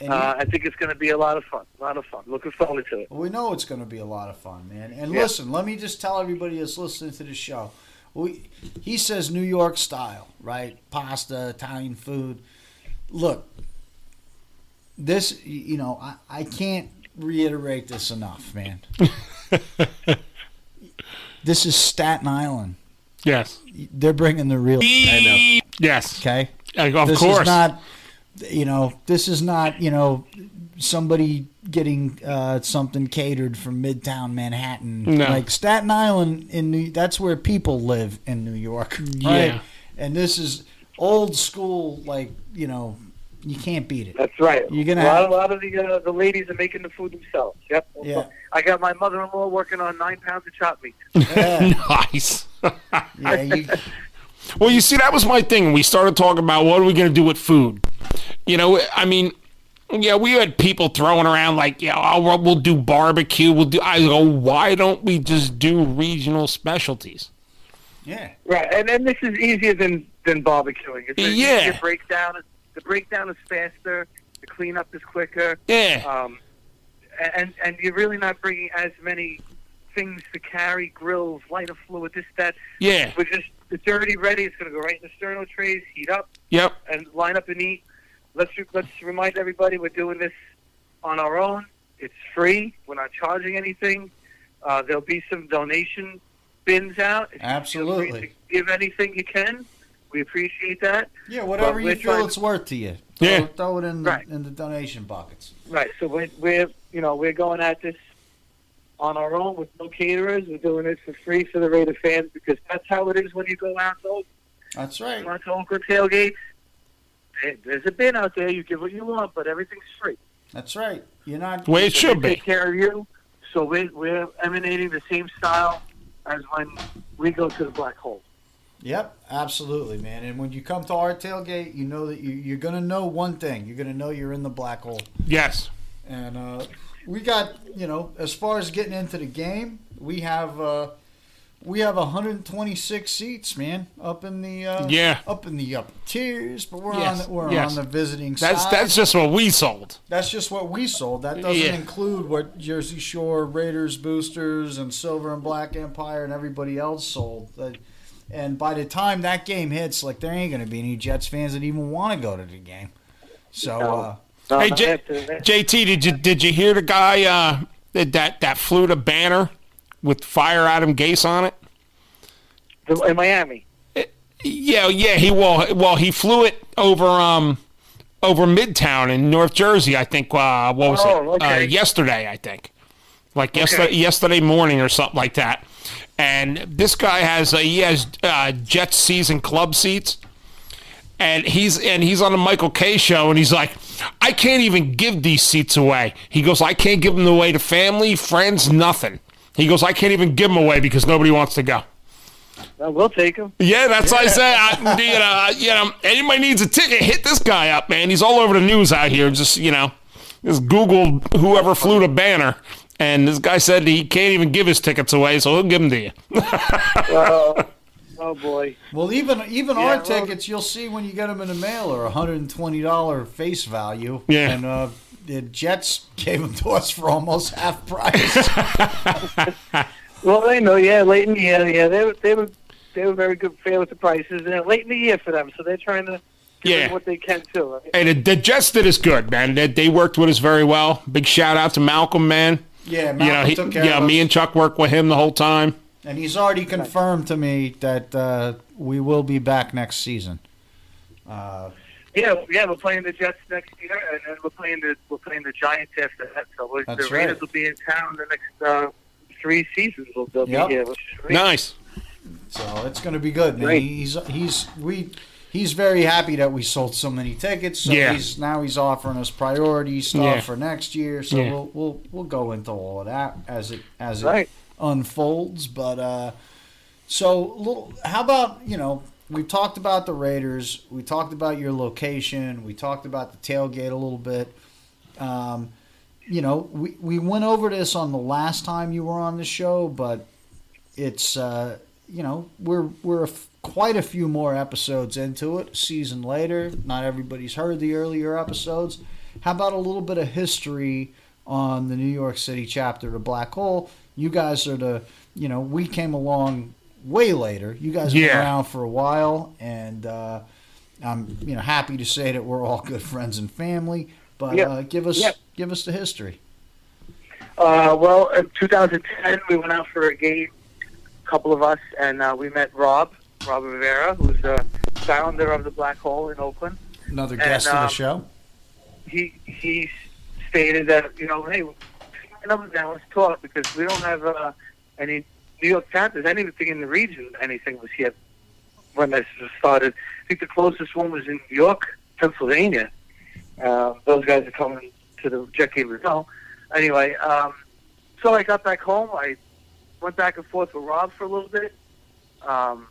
And
uh, I think it's going to be a lot of fun. A lot of fun. Looking forward to it.
We know it's going to be a lot of fun, man. And
Yeah.
listen, let me just tell everybody that's listening to the show. We, he says New York style, right? Pasta, Italian food. Look, this, y- you know, I, I can't reiterate this enough, man. this is Staten Island.
Yes.
They're bringing the real. I
know. Yes.
Okay.
of
this
course.
is not you know this is not you know somebody getting uh, something catered from midtown manhattan
No.
like staten island in new that's where people live in new york right
Yeah.
and this is old school like you know you can't beat it
That's right.
you're gonna
a lot,
have,
a lot of the uh, the ladies are making the food themselves. Yep.
Yeah.
I got my mother-in-law working on nine pounds of chopped meat.
nice. well, you see, that was my thing. We started talking about what are we going to do with food. You know, I mean, yeah, we had people throwing around like, yeah, oh, we'll- we'll do barbecue. We'll do. I go, why don't we just do regional specialties?
Yeah.
Right, and and this is easier than than barbecuing. It's an
Yeah.
easier breakdown. The breakdown is faster. The cleanup is quicker.
Yeah.
Um, and and you're really not bringing as many things to carry: grills, lighter fluid, this, that.
Yeah.
We're just it's already ready. It's going to go right in the sterno trays, heat up,
Yep.
and line up and eat. Let's re- let's remind everybody we're doing this on our own. It's free. We're not charging anything. Uh, there'll be some donation bins out. If
absolutely
you give anything you can, we appreciate that.
yeah whatever
But
you
we're
feel
trying-
it's worth to you
Yeah.
throw, throw it in the, in the donation buckets
Right. So we're, we're you know we're going at this on our own with no caterers. We're doing this for free for the Raider fans because that's how it is when you go out to
that's right.
Out to Oakland tailgates. There- There's a bin out there. You give what you want, but everything's free.
that's right you're not
The way it should
They
be.
Take care of you. So we're, we're emanating the same style as when we go to the black hole.
Yep, absolutely, man. And when you come to our tailgate, you know that you, you're going to know one thing. You're going to know you're in the black hole.
Yes.
And uh, we got, you know, as far as getting into the game, we have uh, we have 126 seats, man, up in the uh,
Yeah.
up in the upper tiers. But we're
Yes,
on the, we're
yes.
on the visiting
That's
side.
that's just what we sold.
That's just what we sold. That doesn't
Yeah.
include what Jersey Shore Raiders boosters and Silver and Black Empire and everybody else sold. That- And by the time that game hits, like there ain't going to be any Jets fans that even want to go to the game. So uh,
hey, J- JT, did you did you hear the guy uh, that that that flew the banner with fire Adam Gase on it?
In Miami.
Yeah, yeah. He well, well, he flew it over um over Midtown in North Jersey. I think uh, what was
Oh,
it? Uh,
okay.
yesterday, I think, like yesterday yesterday morning or something like that. And this guy has uh, he has uh, Jets season club seats. And he's and he's on the Michael K show, and he's like, I can't even give these seats away. He goes, I can't give them away to family, friends, nothing. He goes, I can't even give them away because nobody wants to go.
Well, Uh, we'll take them.
Yeah, that's why I say, I, you know, I- you know, anybody needs a ticket, hit this guy up, man. He's all over the news out here. Just you know, just Google whoever flew the banner, and this guy said he can't even give his tickets away, so he'll give them to you.
oh, oh boy.
well, even even
Yeah,
our
well-
tickets, you'll see when you get them in the mail, are 120 dollar face value.
Yeah.
And uh, the Jets gave them to us for almost half price.
Well, they know. Yeah, late in the year. Yeah, they were, they were they were very good, fair with the prices, and it's late in the year for them, so they're trying to give
Yeah.
them what they can too. Right?
Hey, the, the Jets did us good, man. They, they worked with us very well. Big shout out to Malcolm, man.
Yeah,
you know,
Malcolm
he,
took care
you know,
of
me
us.
and Chuck worked with him the whole time.
And he's already confirmed to me that uh, we will be back next season. Uh,
Yeah, yeah, we're playing the Jets next year, and then we're playing the we're playing the Giants after that. So we're,
That's
the Raiders
right.
will be in town the next uh, three seasons. We'll, they'll
Yep.
be here. which is great.
Nice.
So it's going to be good. Man.
Great.
He's he's we he's very happy that we sold so many tickets. So
Yeah.
he's now he's offering us priority stuff
Yeah.
for next year. So
Yeah.
we'll we'll we'll go into all of that as it as it
Right.
unfolds. But uh, so little, how about you know we talked about the Raiders. We talked about your location. We talked about the tailgate a little bit. Um, you know, we, we went over this on the last time you were on the show, but it's uh, you know we're we're a f- quite a few more episodes into it. Season later, not everybody's heard the earlier episodes. How about a little bit of history on the New York City chapter of Black Hole? You guys are the you know we came along way later. You guys been
Yeah.
around for a while, and uh, I'm you know happy to say that we're all good friends and family. But
Yeah.
uh, give us
Yeah.
give us the history.
Uh, well, in 2010, we went out for a game, a couple of us, and uh, we met Rob, Rob Rivera, who's the founder of the Black Hole in Oakland.
Another
And,
guest of
um,
the show.
He he stated that you know, hey, stand up and down, let's talk because we don't have uh, any New York chapters, anything in the region, anything was here when this was started. I think the closest one was in New York, Pennsylvania. Uh, those guys are coming to the Jet Game Result. Anyway, um, so I got back home. I went back and forth with Rob for a little bit, um,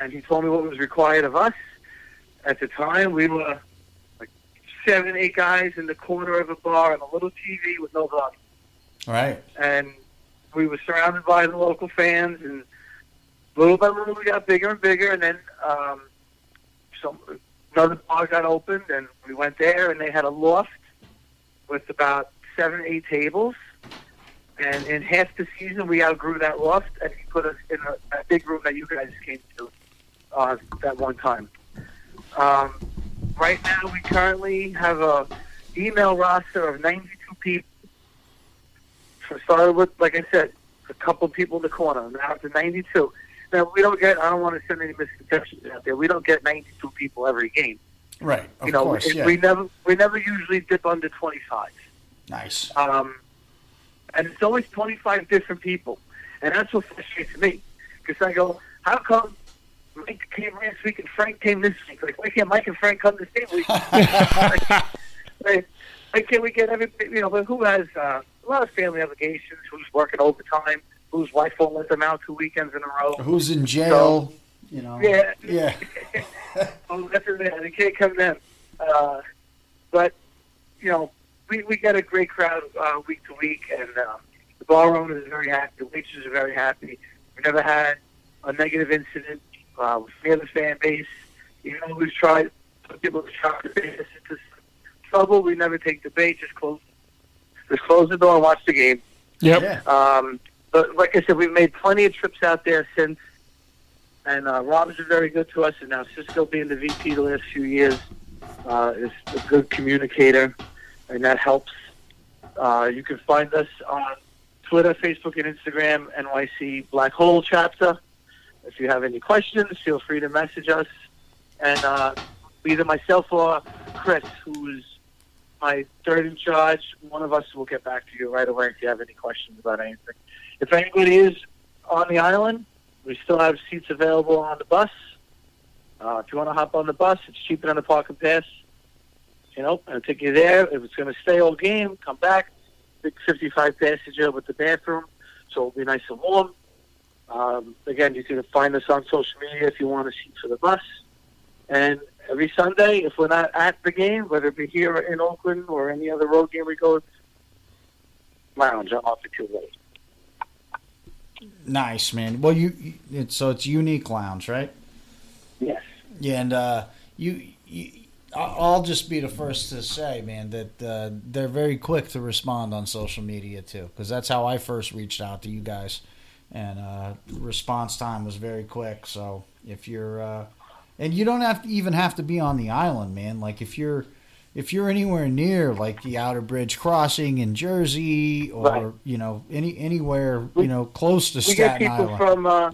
and he told me what was required of us. At the time, we were like seven, eight guys in the corner of a bar and a little TV with no volume
All right.
and we were surrounded by the local fans and little by little we got bigger and bigger and then um some another bar got opened and we went there and they had a loft with about seven eight tables and in half the season we outgrew that loft and he put us in a, a big room that you guys came to uh, that one time um, right now we currently have a email roster of 92 people so started with, like I said, a couple people in the corner. Now it's 92. Now we don't get. I don't want to send any misconceptions out there. We don't get 92 people every game.
Right. Of
you know,
course.
and
Yeah.
we never we never usually dip under 25.
nice.
Um, and it's always 25 different people, and that's what frustrates me because I go, how come? Mike came last week and Frank came this week. Like, why can't Mike and Frank come the same week? Right. Like, can we get everybody, you know, but who has uh, a lot of family obligations, who's working overtime, whose wife won't let them out two weekends in a row?
Who's in jail? you know.
Yeah.
Yeah.
Oh, that's it, man. They can't come then. Uh, but, you know, we, we get a great crowd uh, week to week, and uh, the bar owners are very happy. The waitresses are very happy. We never had a negative incident. Uh, we have the fan base. Even though we've tried to put people to shock the base into trouble, we never take the bait. Just close, just close the door and watch the game.
Yep.
Yeah.
Um, but like I said, we've made plenty of trips out there since, and uh, Rob's been very good to us. And now Cisco being the VP the last few years uh, is a good communicator, and that helps. Uh, you can find us on Twitter, Facebook, and Instagram, NYC Black Hole Chapter. If you have any questions, feel free to message us. And uh, either myself or Chris, who's my third in charge, one of us will get back to you right away if you have any questions about anything. If anybody is on the island, we still have seats available on the bus. Uh, if you want to hop on the bus, it's cheaper than the park and pass. You know, it'll take you there. If it's going to stay all game, come back. Big 55 passenger with the bathroom, so it'll be nice and warm. Um, again, you can find us on social media if you want a seat for the bus. And every Sunday, if we're not at the game, whether it be here in Oakland or any other road game we go, lounge. I'm off the two late.
Nice man. Well, you, you it's, so it's unique lounge, right?
Yes.
Yeah, and uh, you, you, I- I'll just be the first to say, man, that uh, they're very quick to respond on social media too, because that's how I first reached out to you guys. and uh, response time was very quick. So if you're, uh, and you don't have to even have to be on the island, man. Like if you're, if you're anywhere near like the Outer Bridge Crossing in Jersey, or
Right.
you know any anywhere you know close to
we get
Staten
people
Island,
from uh,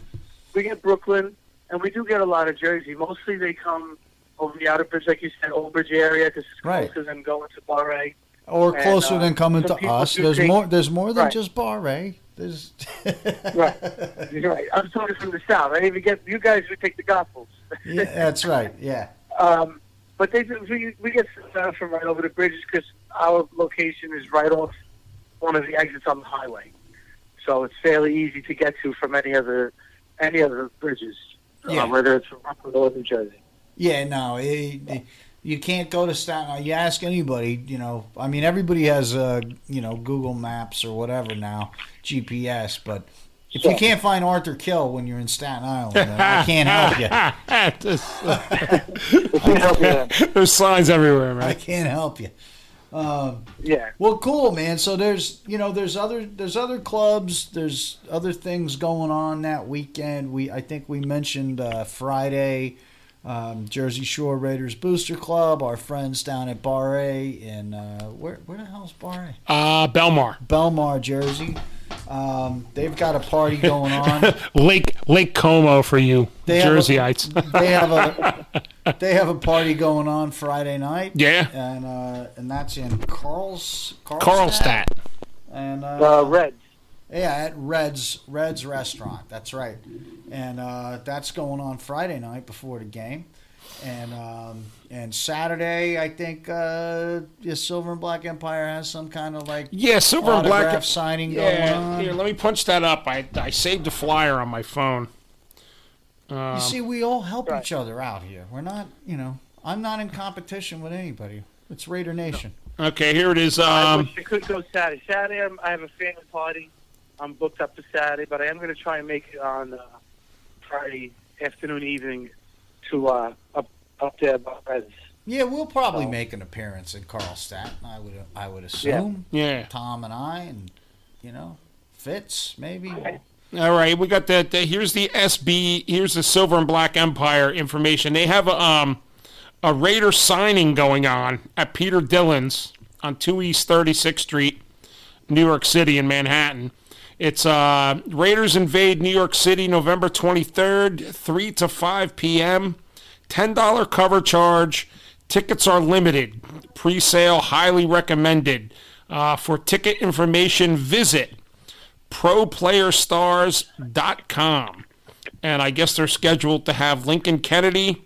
we get Brooklyn, and we do get a lot of Jersey. Mostly they come over the outer bridge, like you said, Old Bridge area, because it's
Right.
closer than going to Barre.
or
And,
closer
uh,
than coming
some
to
people
us.
do
There's
take-
more. There's more than
Right.
just Barre. There's
right, You're right. I'm talking from the south. I didn't even get you guys who take the Gospels.
yeah, that's right. Yeah.
Um, but they do- we, we get stuff from right over the bridges because our location is right off one of the exits on the highway, so it's fairly easy to get to from any other any other bridges,
Yeah.
uh, whether it's from Rockland or New Jersey.
Yeah, no, it, it- you can't go to Staten Island. You ask anybody, you know. I mean, everybody has, uh, you know, Google Maps or whatever now, GPS. But if you
Yeah.
can't find Arthur Kill when you're in Staten Island, then I can't help you.
There's signs everywhere,
I
man.
can't help you. Um,
yeah.
Well, cool, man. So there's, you know, there's other, there's other clubs, there's other things going on that weekend. We, I think we mentioned uh, Friday, um, Jersey Shore Raiders Booster Club. Our friends down at Bar A in uh, where, where the hell's Bar A?
Uh, Belmar,
Belmar, Jersey. Um, they've got a party going on.
Lake Lake Como for you,
They have a-
Jerseyites.
they have a, they have a party going on Friday night.
Yeah.
and uh, and that's in Carl's
Carlstadt.
and uh,
Uh, Reds.
Yeah, at Red's Red's Restaurant. That's right, and uh, that's going on Friday night before the game, and um, and Saturday I think uh, yeah, Silver and Black Empire has some kind of like
Yeah, Silver and Black-
autograph signing going
Yeah,
on.
here, let me punch that up. I, I saved a flyer on my phone.
you
Um,
see, we all help each other out here. We're not, you know, I'm not in competition with anybody. It's Raider Nation.
okay, here it is.
I
Um,
wish I could go Saturday. Saturday, I'm, I have a family party. I'm booked up for Saturday, but I am going to try and make it on uh, Friday afternoon, evening to uh, up up there by Reds.
Yeah, we'll probably
So-
make an appearance at Carlstadt. I would, I would assume.
yeah.
Tom and I, and you know, Fitz maybe.
All right, we got that. that- Here's the SB. Here's the Silver and Black Empire information. They have a, um, a Raider signing going on at Peter Dillon's on 2 East 36th Street, New York City in Manhattan. It's uh, Raiders invade New York City November 23rd, 3 to 5 p.m. $10 cover charge. Tickets are limited. Pre sale highly recommended. Uh, for ticket information, visit ProPlayerStars.com. And I guess they're scheduled to have Lincoln Kennedy,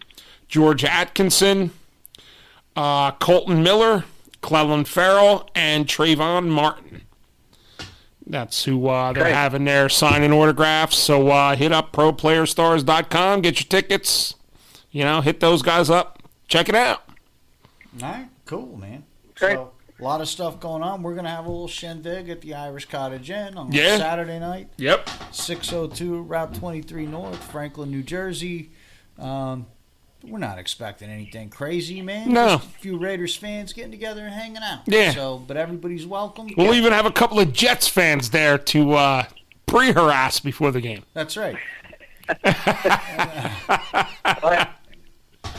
George Atkinson, uh, Colton Miller, Cleveland Farrell, and Trayvon Martin. That's who uh, they're
Okay.
having there signing autographs. So uh, hit up ProPlayerStars.com, get your tickets. You know, hit those guys up. Check it out.
All right, cool, man.
Okay.
So, a lot of stuff going on. We're gonna have a little shindig at the Irish Cottage Inn on
Yeah.
Saturday night,
Yep.
602 Route 23 North, Franklin, New Jersey. Um, we're not expecting anything crazy, man.
No.
Just a few Raiders fans getting together and hanging out.
Yeah.
So, but everybody's welcome.
We'll even have a couple of Jets fans there to uh, pre harass before the game.
That's right.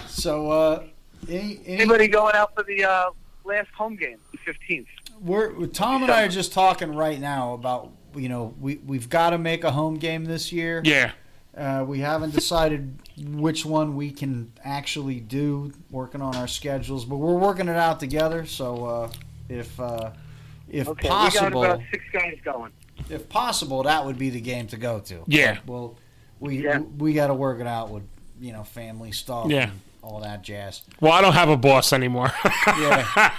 so, uh, any, any,
Anybody going out for the uh, last home game, the 15th?
We're Tom and I are just talking right now about you know we we've got to make a home game this year.
Yeah.
Uh, we haven't decided which one we can actually do. Working on our schedules, but we're working it out together. So uh, if uh, if
Okay,
possible,
we got about six guys going.
if possible, that would be the game to go to.
Yeah.
But, well, we
Yeah.
we got to work it out with you know family stuff.
Yeah.
And all that jazz.
Well, I don't have a boss anymore.
Yeah.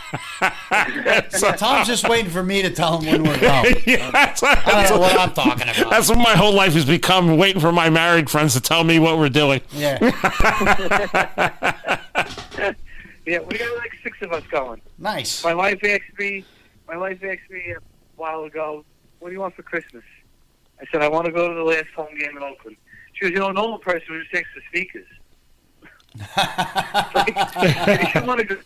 Tom's just waiting for me to tell him when we're going.
Yeah, that's,
I
that's
don't know
what,
what I'm talking about.
that's what my whole life has become waiting for my married friends to tell me what we're doing.
Yeah.
Yeah, we got like six of us going.
nice.
My wife asked me, my wife asked me a while ago, "What do you want for Christmas?" I said, "I want to go to the last home game in Oakland." She goes, "You know, a normal person would just takes the speakers." like, you want to go.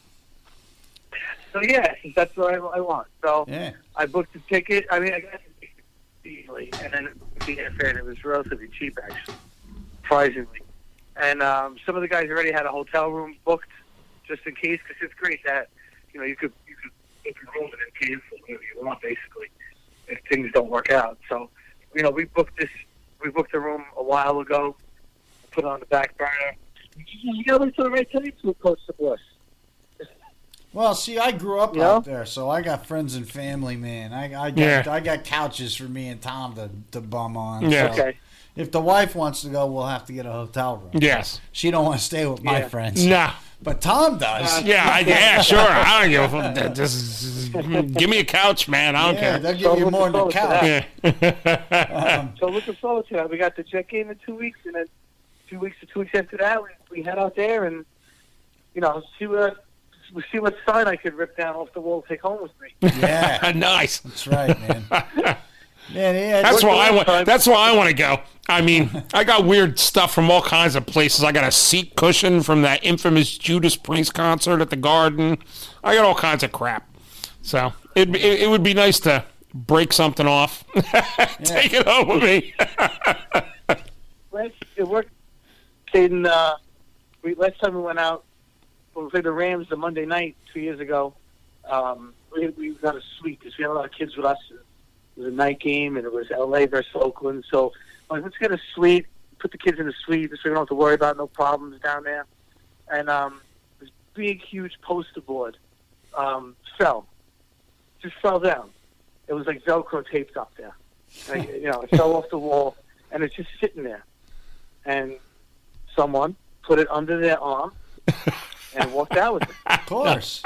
So yeah, that's what I, I want. So
Yeah.
I booked the ticket. I mean, I got the ticket easily, and then the airfare, and it was relatively cheap, actually, surprisingly. And um, some of the guys already had a hotel room booked just in case, because it's great that you know you could you could book a room and then pay for whatever you want, basically, if things don't work out. So you know we booked this we booked a room a while ago, put it on the back burner. You got to wait till the right time to approach the boss.
Well, see, I grew up
Yeah.
out there, so I got friends and family, man. I, I got
Yeah.
I got couches for me and Tom to, to bum on.
Yeah.
so
Okay.
If the wife wants to go, we'll have to get a hotel room.
Yes.
She don't want to stay with my
Yeah.
friends.
Nah.
But Tom
Uh,
does.
yeah, I, yeah, sure. I don't give a fuck. That- Just give me a couch, man. I don't
Yeah,
care.
they'll give you more than a couch.
Yeah.
So looking forward to that. We got to check in in two weeks, and then two weeks or two weeks after that, we, we head out there and you know see what see what sign I could rip down off the wall, and take home with me.
Yeah.
nice. That's
right, man. Man, yeah,
That's
it's-
why I want. That's why I want to go. I mean, I got weird stuff from all kinds of places. I got a seat cushion from that infamous Judas Priest concert at the Garden. I got all kinds of crap. So it it, it would be nice to break something off, take it home with me.
last it worked in uh we last time we went out when we played the Rams the Monday night two years ago, um we we got a suite because we had a lot of kids with us. It was a night game and it was LA versus Oakland, so I'm like, let's get a suite, put the kids in a suite so we don't have to worry about no problems down there. And um this big huge poster board um fell. Just fell down. It was like Velcro taped up there. Like, you know, it fell off the wall and it's just sitting there and someone put it under their arm and walked out with it. Of
course.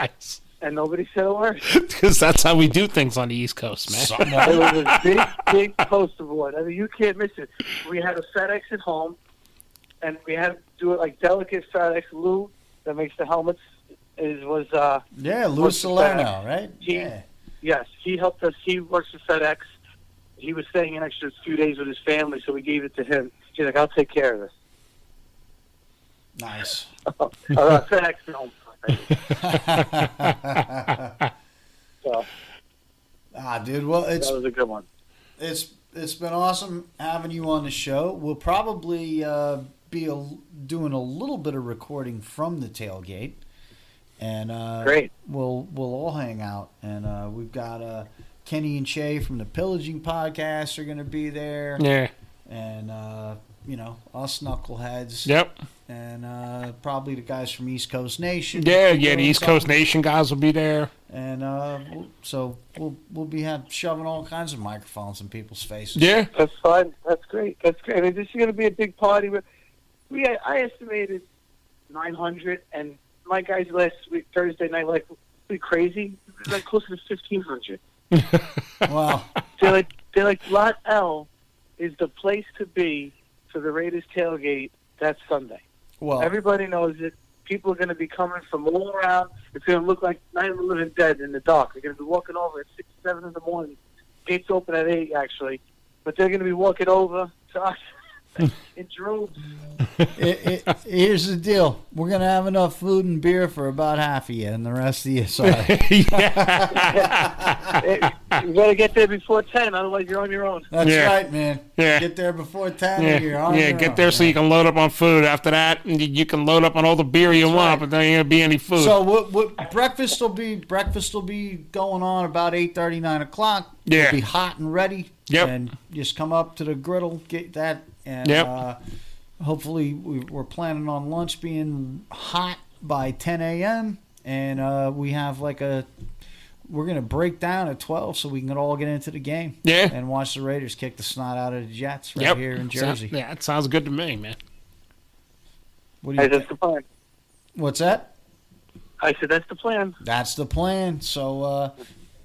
And nobody said a word.
Because that's how we do things on the East Coast, man.
it was a big, big poster board. I mean, you can't miss it. We had a FedEx at home, and we had to do it like delicate FedEx. Lou, that makes the helmets, is was uh
Yeah, Lou
works for
Salerno,
FedEx.
right?
He, Yes, he helped us. He works for FedEx. He was staying an extra few days with his family, so we gave it to him. He's like, "I'll take care of this."
Nice.
Oh, uh, FedEx at home. so,
Ah, dude. Well, it's
that was a good one.
it's it's been awesome having you on the show. We'll probably uh, be a, doing a little bit of recording from the tailgate, and uh,
Great.
We'll we'll all hang out, and uh, we've got uh, Kenny and Shay from the Pillaging Podcast are going to be there.
Yeah.
and uh, you know us knuckleheads.
Yep.
and uh, probably the guys from East Coast Nation.
Yeah, yeah. The East Coast
Nation.
Nation guys will be there.
And uh, we'll- so we'll we'll be have, shoving all kinds of microphones in people's faces.
Yeah.
That's fun. That's great. That's great. I mean, this is going to be a big party. We- We I estimated 900, and my guys last week Thursday night were like we crazy. We're like closer to 1500.
Wow.
They're like they're like Lot L is the place to be for the Raiders tailgate that Sunday.
Well,
Everybody knows it. People are going to be coming from all around. It's going to look like Night of the Living Dead in the dark. They're going to be walking over at 6, 7 in the morning. Gates open at 8, actually. But they're going to be walking over to us in droves.
it, it, here's the deal: we're gonna have enough food and beer for about half of you, and the rest of you, sorry.
you better get there before 10, otherwise you're on your own.
That's
Yeah.
right, man.
Yeah.
Get there before ten.
Yeah,
and you're on
yeah
your
get
own.
there so you can load up on food. After that, you you can load up on all the beer you want, but there ain't gonna be any food.
So what, what breakfast will be breakfast will be going on about eight thirty nine o'clock.
Yeah.
It'll be hot and ready.
Yep.
And just come up to the griddle, get that, and
Yep.
uh, hopefully we, we're planning on lunch being hot by ten a.m. And uh, we have like a we're gonna break down at twelve so we can all get into the game.
Yeah.
And watch the Raiders kick the snot out of the Jets right
Yep.
here in
So-
Jersey.
yeah, that sounds good to me, man.
What do
I
you?
said,
think?
that's the plan.
What's that?
I said, that's the plan.
That's the plan. So, uh,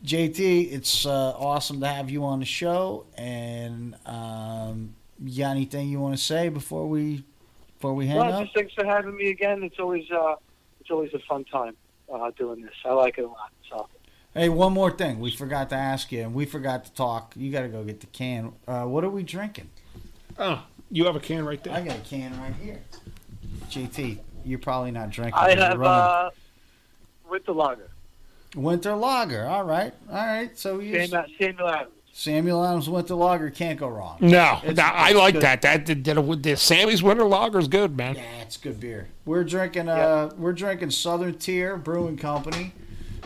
JT, it's uh, awesome to have you on the show. And um, you got anything you want to say before we before we hang
Well,
up?
just thanks for having me again. It's always, uh, it's always a fun time uh, doing this. I like it a lot. So.
Hey, one more thing. We forgot to ask you, and we forgot to talk. You got to go get the can. Uh, what are we drinking?
Oh, you have a can right
I got a can right here. JT, you're probably not drinking.
I
You're
have
running.
uh, with the lager.
winter lager. All right, all right. So you
uh, Samuel, Samuel Adams.
Samuel Adams Winter Lager can't go wrong.
No,
It's-
no, I
it's
like
good.
that. That, that, that- the Sammy's Winter Lager is good, man.
Yeah, it's good beer. We're drinking uh we're drinking Southern Tier Brewing Company.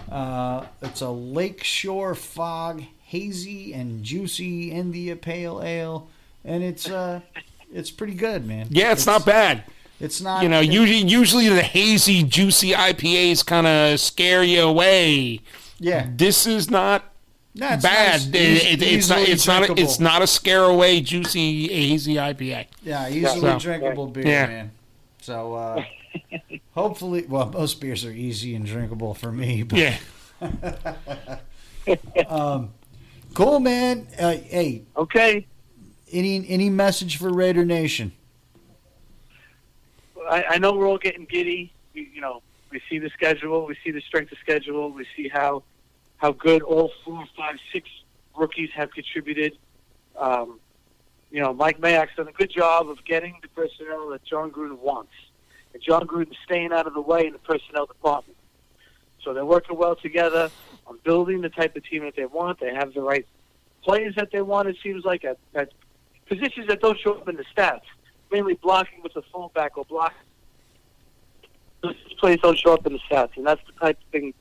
Uh, it's a Lakeshore Fog hazy and juicy India Pale Ale, and it's uh it's pretty good, man.
Yeah, it's, not bad.
It's not
You know,
it-
usually, usually the hazy, juicy IPAs kind of scare you away.
yeah
This is not
No, it's
bad.
nice.
It-
Eas-
it- it's not.
easily
It's not. A,
drinkable.
it's not a scare away, juicy, hazy IPA.
Yeah, easily
So-
drinkable beer,
Yeah.
man. So uh, hopefully, well, most beers are easy and drinkable for me. But,
Yeah.
um, cool, man. Uh, hey,
Okay.
Any any message for Raider Nation?
I, I know we're all getting giddy. We, you know, we see the schedule, we see the strength of schedule, we see how how good all four, five, six rookies have contributed. Um, you know, Mike Mayock's done a good job of getting the personnel that John Gruden wants, and John Gruden's staying out of the way in the personnel department. So they're working well together on building the type of team that they want. They have the right players that they want. It seems like at, at positions that don't show up in the stats mainly blocking with the fullback or block. Those plays don't show up in the stats, and that's the type of thing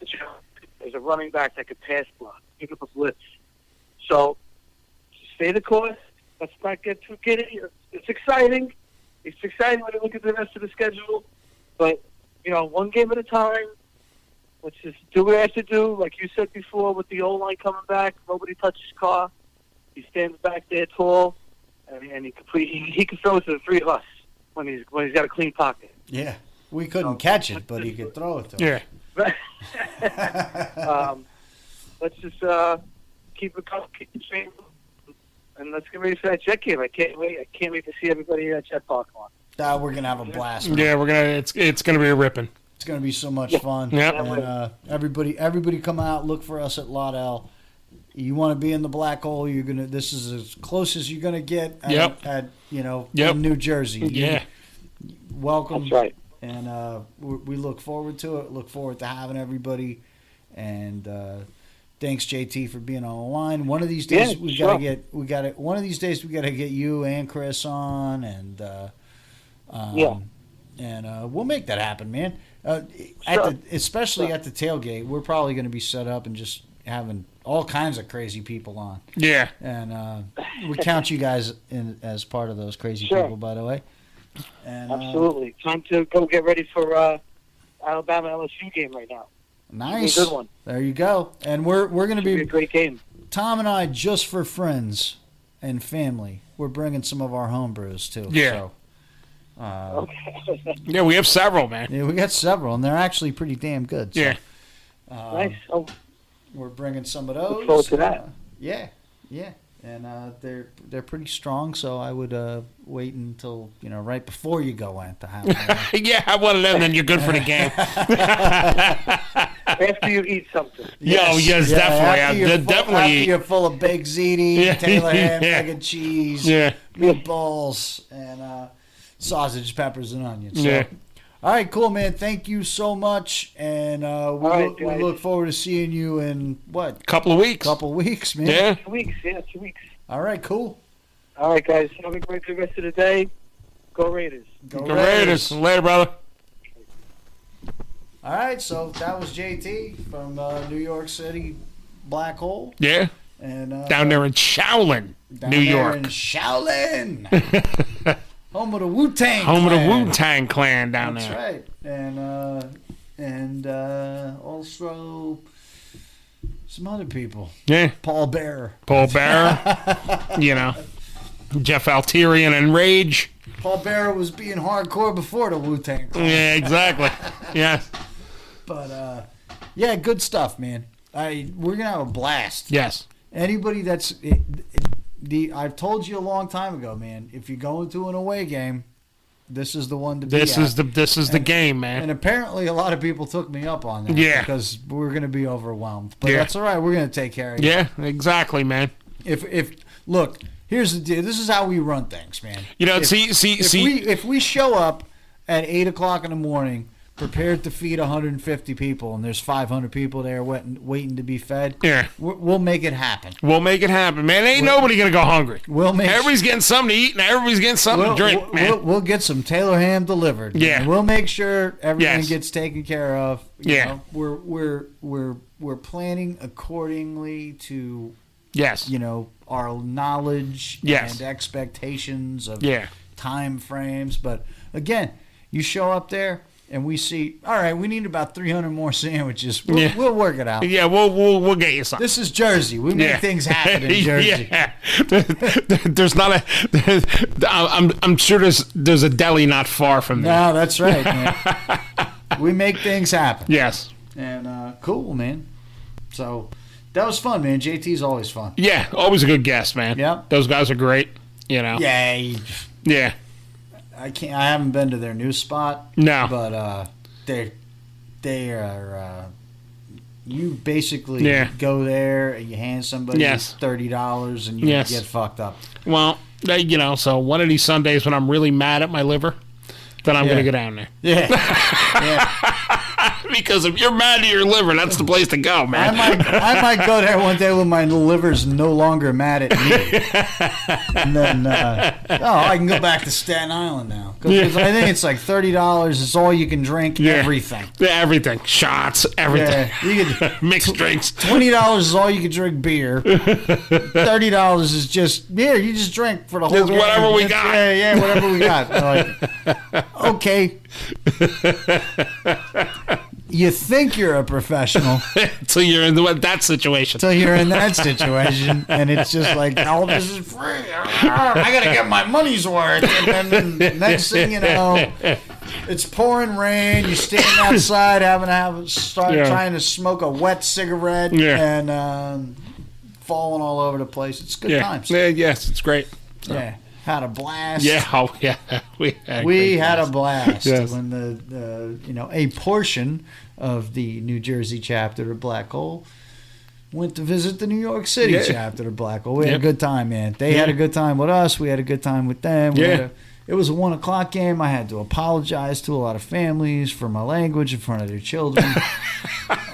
that you There's a running back that could pass block, pick up a blitz. So stay the course. Let's not get too giddy. It's exciting. It's exciting when you look at the rest of the schedule, but you know, one game at a time. Let's just do what I have to do. Like you said before, with the O line coming back, nobody touches Carr. He stands back there tall and, and he complete, he, he can throw it to the three of us when he's when he's got a clean pocket.
Yeah, we couldn't catch it, but he could throw it to us.
um, let's just uh, keep it going, keep it same, and let's get ready for that jet game. I can't wait. I can't wait to see everybody at Jet Park on.
Ah, we're gonna have a blast. man.
Yeah, we're gonna. It's it's gonna be a ripping.
It's gonna be so much fun.
Yep.
And, uh, everybody, everybody, come out look for us at Lot L. You want to be in the black hole? You're gonna. This is as close as you're gonna get. At,
Yep.
at you know
Yep.
in New Jersey. You-
Yeah.
welcome.
That's right.
And uh, we, we look forward to it. Look forward to having everybody. And uh, thanks, JT, for being on the line. One of these days,
Yeah,
we
sure.
gotta get we got to One of these days, we gotta get you and Chris on, and uh, um,
Yeah.
and uh, we'll make that happen, man. Uh, at
Sure.
the, especially at the tailgate, we're probably going to be set up and just having all kinds of crazy people on.
Yeah.
And uh, we count you guys in, as part of those crazy
Sure.
people, by the way. And, uh,
Absolutely. Time to go get ready for uh, Alabama LSU game right now.
Nice.
Be a good one.
There you go. And we're we're gonna
Should be a
be
great game.
Tom and I just for friends and family. We're bringing some of our home brews too.
Yeah.
So, uh,
Okay.
Yeah, we have several, man.
yeah, we got several, and they're actually pretty damn good. So,
Yeah.
uh,
nice. Oh,
We're bringing some of those.
Look forward to that.
Uh, yeah, yeah, and uh, they're they're pretty strong. So I would uh, wait until you know right before you go in to have. one.
yeah, have one of them, then you're good for the game.
after you eat something.
Yo, yes,
Yeah,
definitely. I
After you're,
de-
full, after
definitely.
you're full of baked ziti,
Yeah,
Taylor ham,
yeah.
egg and cheese,
Yeah.
meatballs, and uh, sausage, peppers, and onions. So,
Yeah.
All right, cool, man. Thank you so much, and uh, we,
All right,
look, we
guys.
look forward to seeing you in what
Couple of weeks.
couple weeks, man.
Yeah.
Two weeks. Yeah, two weeks.
All right, cool.
All right, guys. Have a great rest of the day. Go Raiders.
Go
The Raiders. Later, brother.
All right, so that was JT from uh, New York City Black Hole,
Yeah.
and uh,
Down there in Shaolin,
down
New
there
York.
in Shaolin, home of the Wu Tang,
Home of the Wu Tang Clan down
That's
there.
right. And uh, and uh, also some other people.
Yeah.
Paul Bear.
Paul Bearer, you know, Jeff Alterian and Rage.
Paul Bear was being hardcore before the Wu Tang.
Yeah, exactly. yeah.
But uh, yeah, good stuff, man. I we're gonna have a blast.
Yes.
Anybody that's it, it- the I've told you a long time ago, man. If you're going to an away game, this is the one to be.
This
at.
is the this is the game,
And
man.
apparently, a lot of people took me up on that.
Yeah.
Because we're going to be overwhelmed. But
Yeah.
that's all right. We're going to take care of you.
Yeah, exactly, man.
If if look, here's the deal. This is how we run things, man.
You know,
If-
see, see,
if
see.
we if we show up at eight o'clock in the morning prepared to feed 150 people, and there's 500 people there waiting, waiting to be fed.
Yeah.
We're- We'll make it happen.
We'll make it happen, man. Ain't nobody gonna go hungry.
We'll make
everybody's getting something to eat and everybody's getting something
we'll,
to drink,
we'll,
man.
we'll- we'll get some Taylor ham delivered.
Yeah.
And we'll make sure everything
Yes.
gets taken care of. you
Yeah.
know. we're we're we're we're planning accordingly to
Yes.
you know our knowledge
Yes.
and expectations of
Yeah.
time frames. But again, you show up there and we see. All right, we need about three hundred more sandwiches. We'll,
Yeah.
we'll work it out.
yeah, we'll we'll we'll get you something.
This is Jersey. We make
Yeah.
things happen in Jersey.
yeah. there's not a. I'm I'm sure there's there's a deli not far from there.
No, that's right, man. we make things happen.
Yes.
and uh, cool, man. So that was fun, man. JT's always fun.
Yeah. Always a good guest, man.
Yep.
Those guys are great. You know.
Yeah, he-
Yeah.
I can't. I haven't been to their new spot.
No.
but uh, they they are. Uh, you basically
Yeah.
go there and you hand somebody
Yes.
thirty dollars and you
Yes.
get fucked up.
Well, they, you know, so one of these Sundays when I'm really mad at my liver, then I'm
Yeah.
gonna go down there
Yeah, yeah.
because if you're mad at your liver, that's the place to go,
I
man.
might I might go there one day when my liver's no longer mad at me, and then uh, oh, I can go back to Staten Island now 'Cause I think it's like thirty dollars. It's all you can drink.
Yeah.
Everything.
Yeah, everything, shots, everything,
Yeah, you could
mixed drinks.
twenty dollars is all you can drink beer. Thirty dollars is just yeah, you just drink for the whole.
Just
game.
whatever we
That's-
got.
Yeah, yeah, whatever we got. I'm like, okay. you think you're a professional
Until you're in the, that situation.
until you're in that situation, and it's just like all this is free. Ah, I gotta get my money's worth, and then next thing you know. It's pouring rain. You're standing outside, having to have start
Yeah.
trying to smoke a wet cigarette,
Yeah.
and um, falling all over the place. It's good
yeah.
times.
yeah. Yes, it's great.
Yeah, had a blast.
Yeah. Oh, yeah. We had, great
we had a
times.
blast
Yes.
when the uh, you know a portion of the New Jersey chapter of Black Hole went to visit the New York City
Yeah.
chapter of Black Hole. We had
Yep.
a good time, man. They had a good time with us. We had a good time with them. We
Yeah.
had a- it was a one o'clock game. I had to apologize to a lot of families for my language in front of their children.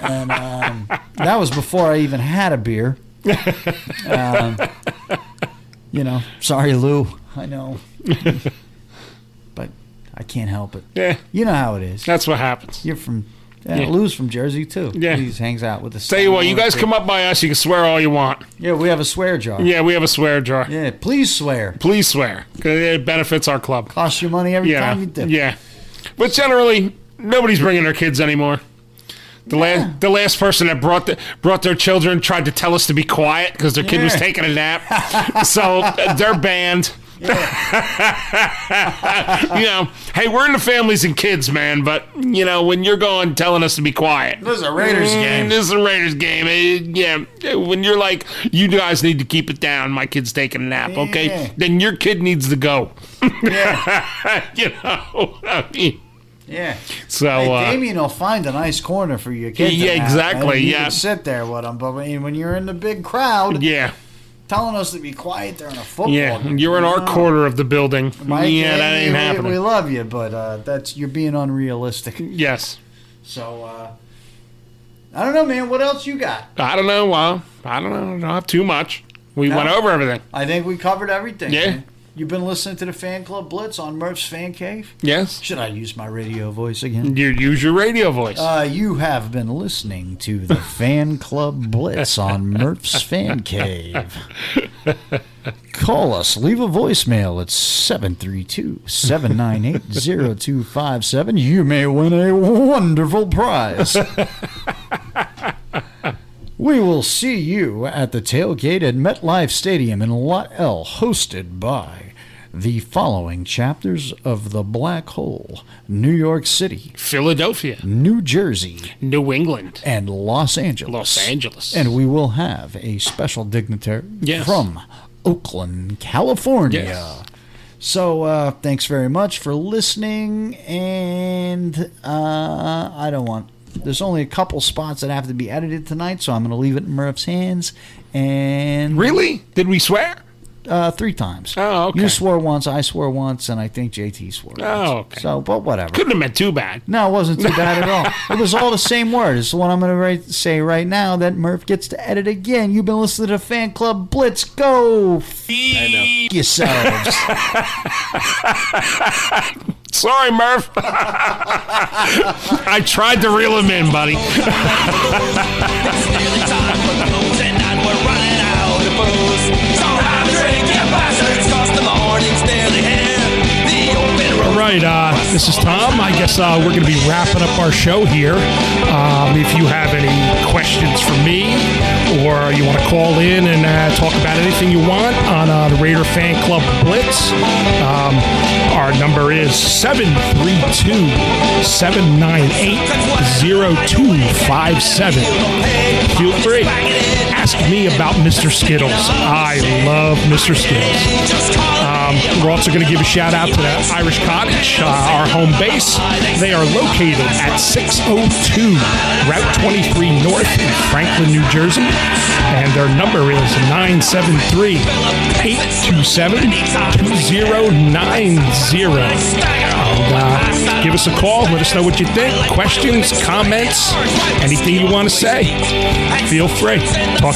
and um, that was before I even had a beer. Um, you know, sorry, Lou. I know. but I can't help it.
Yeah.
You know how it is.
That's what happens.
You're from. Yeah,
Yeah.
Lou's from Jersey, too.
Yeah.
He hangs out with the
Tell you what, you guys come up by us, you can swear all you want.
Yeah, we have a swear jar.
Yeah, we have a swear jar.
Yeah, please swear.
Please swear. 'cause It benefits our club.
Costs you money every
Yeah.
time you do.
Yeah. But generally, nobody's bringing their kids anymore. The, last, the last person that brought the, brought their children tried to tell us to be quiet because their kid was
Yeah.
taking a nap. so uh, they're banned. you know, hey, we're into families and kids, man, but, you know, when you're going telling us to be quiet.
This is a Raiders
Mm,
game.
This is a Raiders game. Eh, yeah, when you're like, you guys need to keep it down. My kid's taking a nap. Okay,
Yeah.
then your kid needs to go.
Yeah.
you know. I mean,
yeah.
so
Hey,
uh,
Damien will find a nice corner for your kid. to
Yeah,
nap,
exactly,
and You
yeah.
can sit there with him, but when when you're in the big crowd,
yeah,
telling us to be quiet during a football
yeah,
game,
you're in
you
our
know?
corner of the building.
Uh, Mike,
yeah, that
hey,
ain't
we,
happening.
We love you, but uh, that's you're being unrealistic.
yes,
So uh, I don't know, man. What else you got?
I don't know. Well, I don't know. Not too much. We
No.
went over everything.
I think we covered everything.
Yeah.
man. You've been listening to the Fan Club Blitz on Murph's Fan Cave.
Yes,
Should I use my radio voice again?
you use your radio voice.
Uh, you have been listening to the Fan Club Blitz on Murph's Fan Cave. Call us. Leave a voicemail at 732 798 0257. You may win a wonderful prize. We will see you at the tailgate at MetLife Stadium in Lot L, hosted by the following chapters of The Black Hole New York City,
Philadelphia,
New Jersey,
New England,
and Los Angeles.
Los Angeles,
And we will have a special dignitary
Yes.
from Oakland, California.
Yes.
So uh, thanks very much for listening. And uh, I don't want. There's only a couple spots that have to be edited tonight, so I'm going to leave it in Murph's hands. And
Really? Did we swear?
uh, three times.
Oh, okay.
You swore once, I swore once, and I think JT swore. once.
Oh, okay.
So, but whatever.
Couldn't have been too bad.
No, it wasn't too bad at all. It was all the same word. It's the one I'm going to write, say right now that Murph gets to edit again. You've been listening to Fan Club Blitz. Go f- yourselves.
Sorry, Murph. I tried to reel him in, buddy. All right, uh, this is Tom. I guess uh, we're going to be wrapping up our show here. Um, if you have any questions for me, or you want to call in and uh, talk about anything you want on uh, the Raider Fan Club Blitz, um, our number is 732 798 0257. Feel free. Ask me about Mr. Skittles. I love Mr. Skittles. Um, we're also going to give a shout out to the Irish Cottage, uh, our home base. They are located at 602 Route 23 North in Franklin, New Jersey. And their number is 973 827 2090. And uh, give us a call. Let us know what you think. Questions, comments, anything you want to say. Feel free. Talk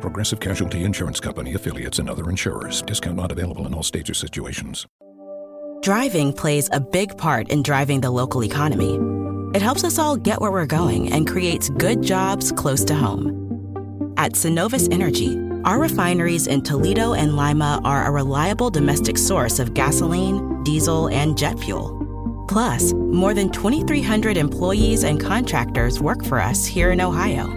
Progressive Casualty Insurance Company, affiliates, and other insurers. Discount not available in all states or situations.
Driving plays a big part in driving the local economy. It helps us all get where we're going and creates good jobs close to home. At Synovus Energy, our refineries in Toledo and Lima are a reliable domestic source of gasoline, diesel, and jet fuel. Plus, more than 2,300 employees and contractors work for us here in Ohio.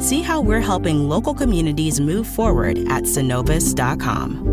See how we're helping local communities move forward at synovus.com.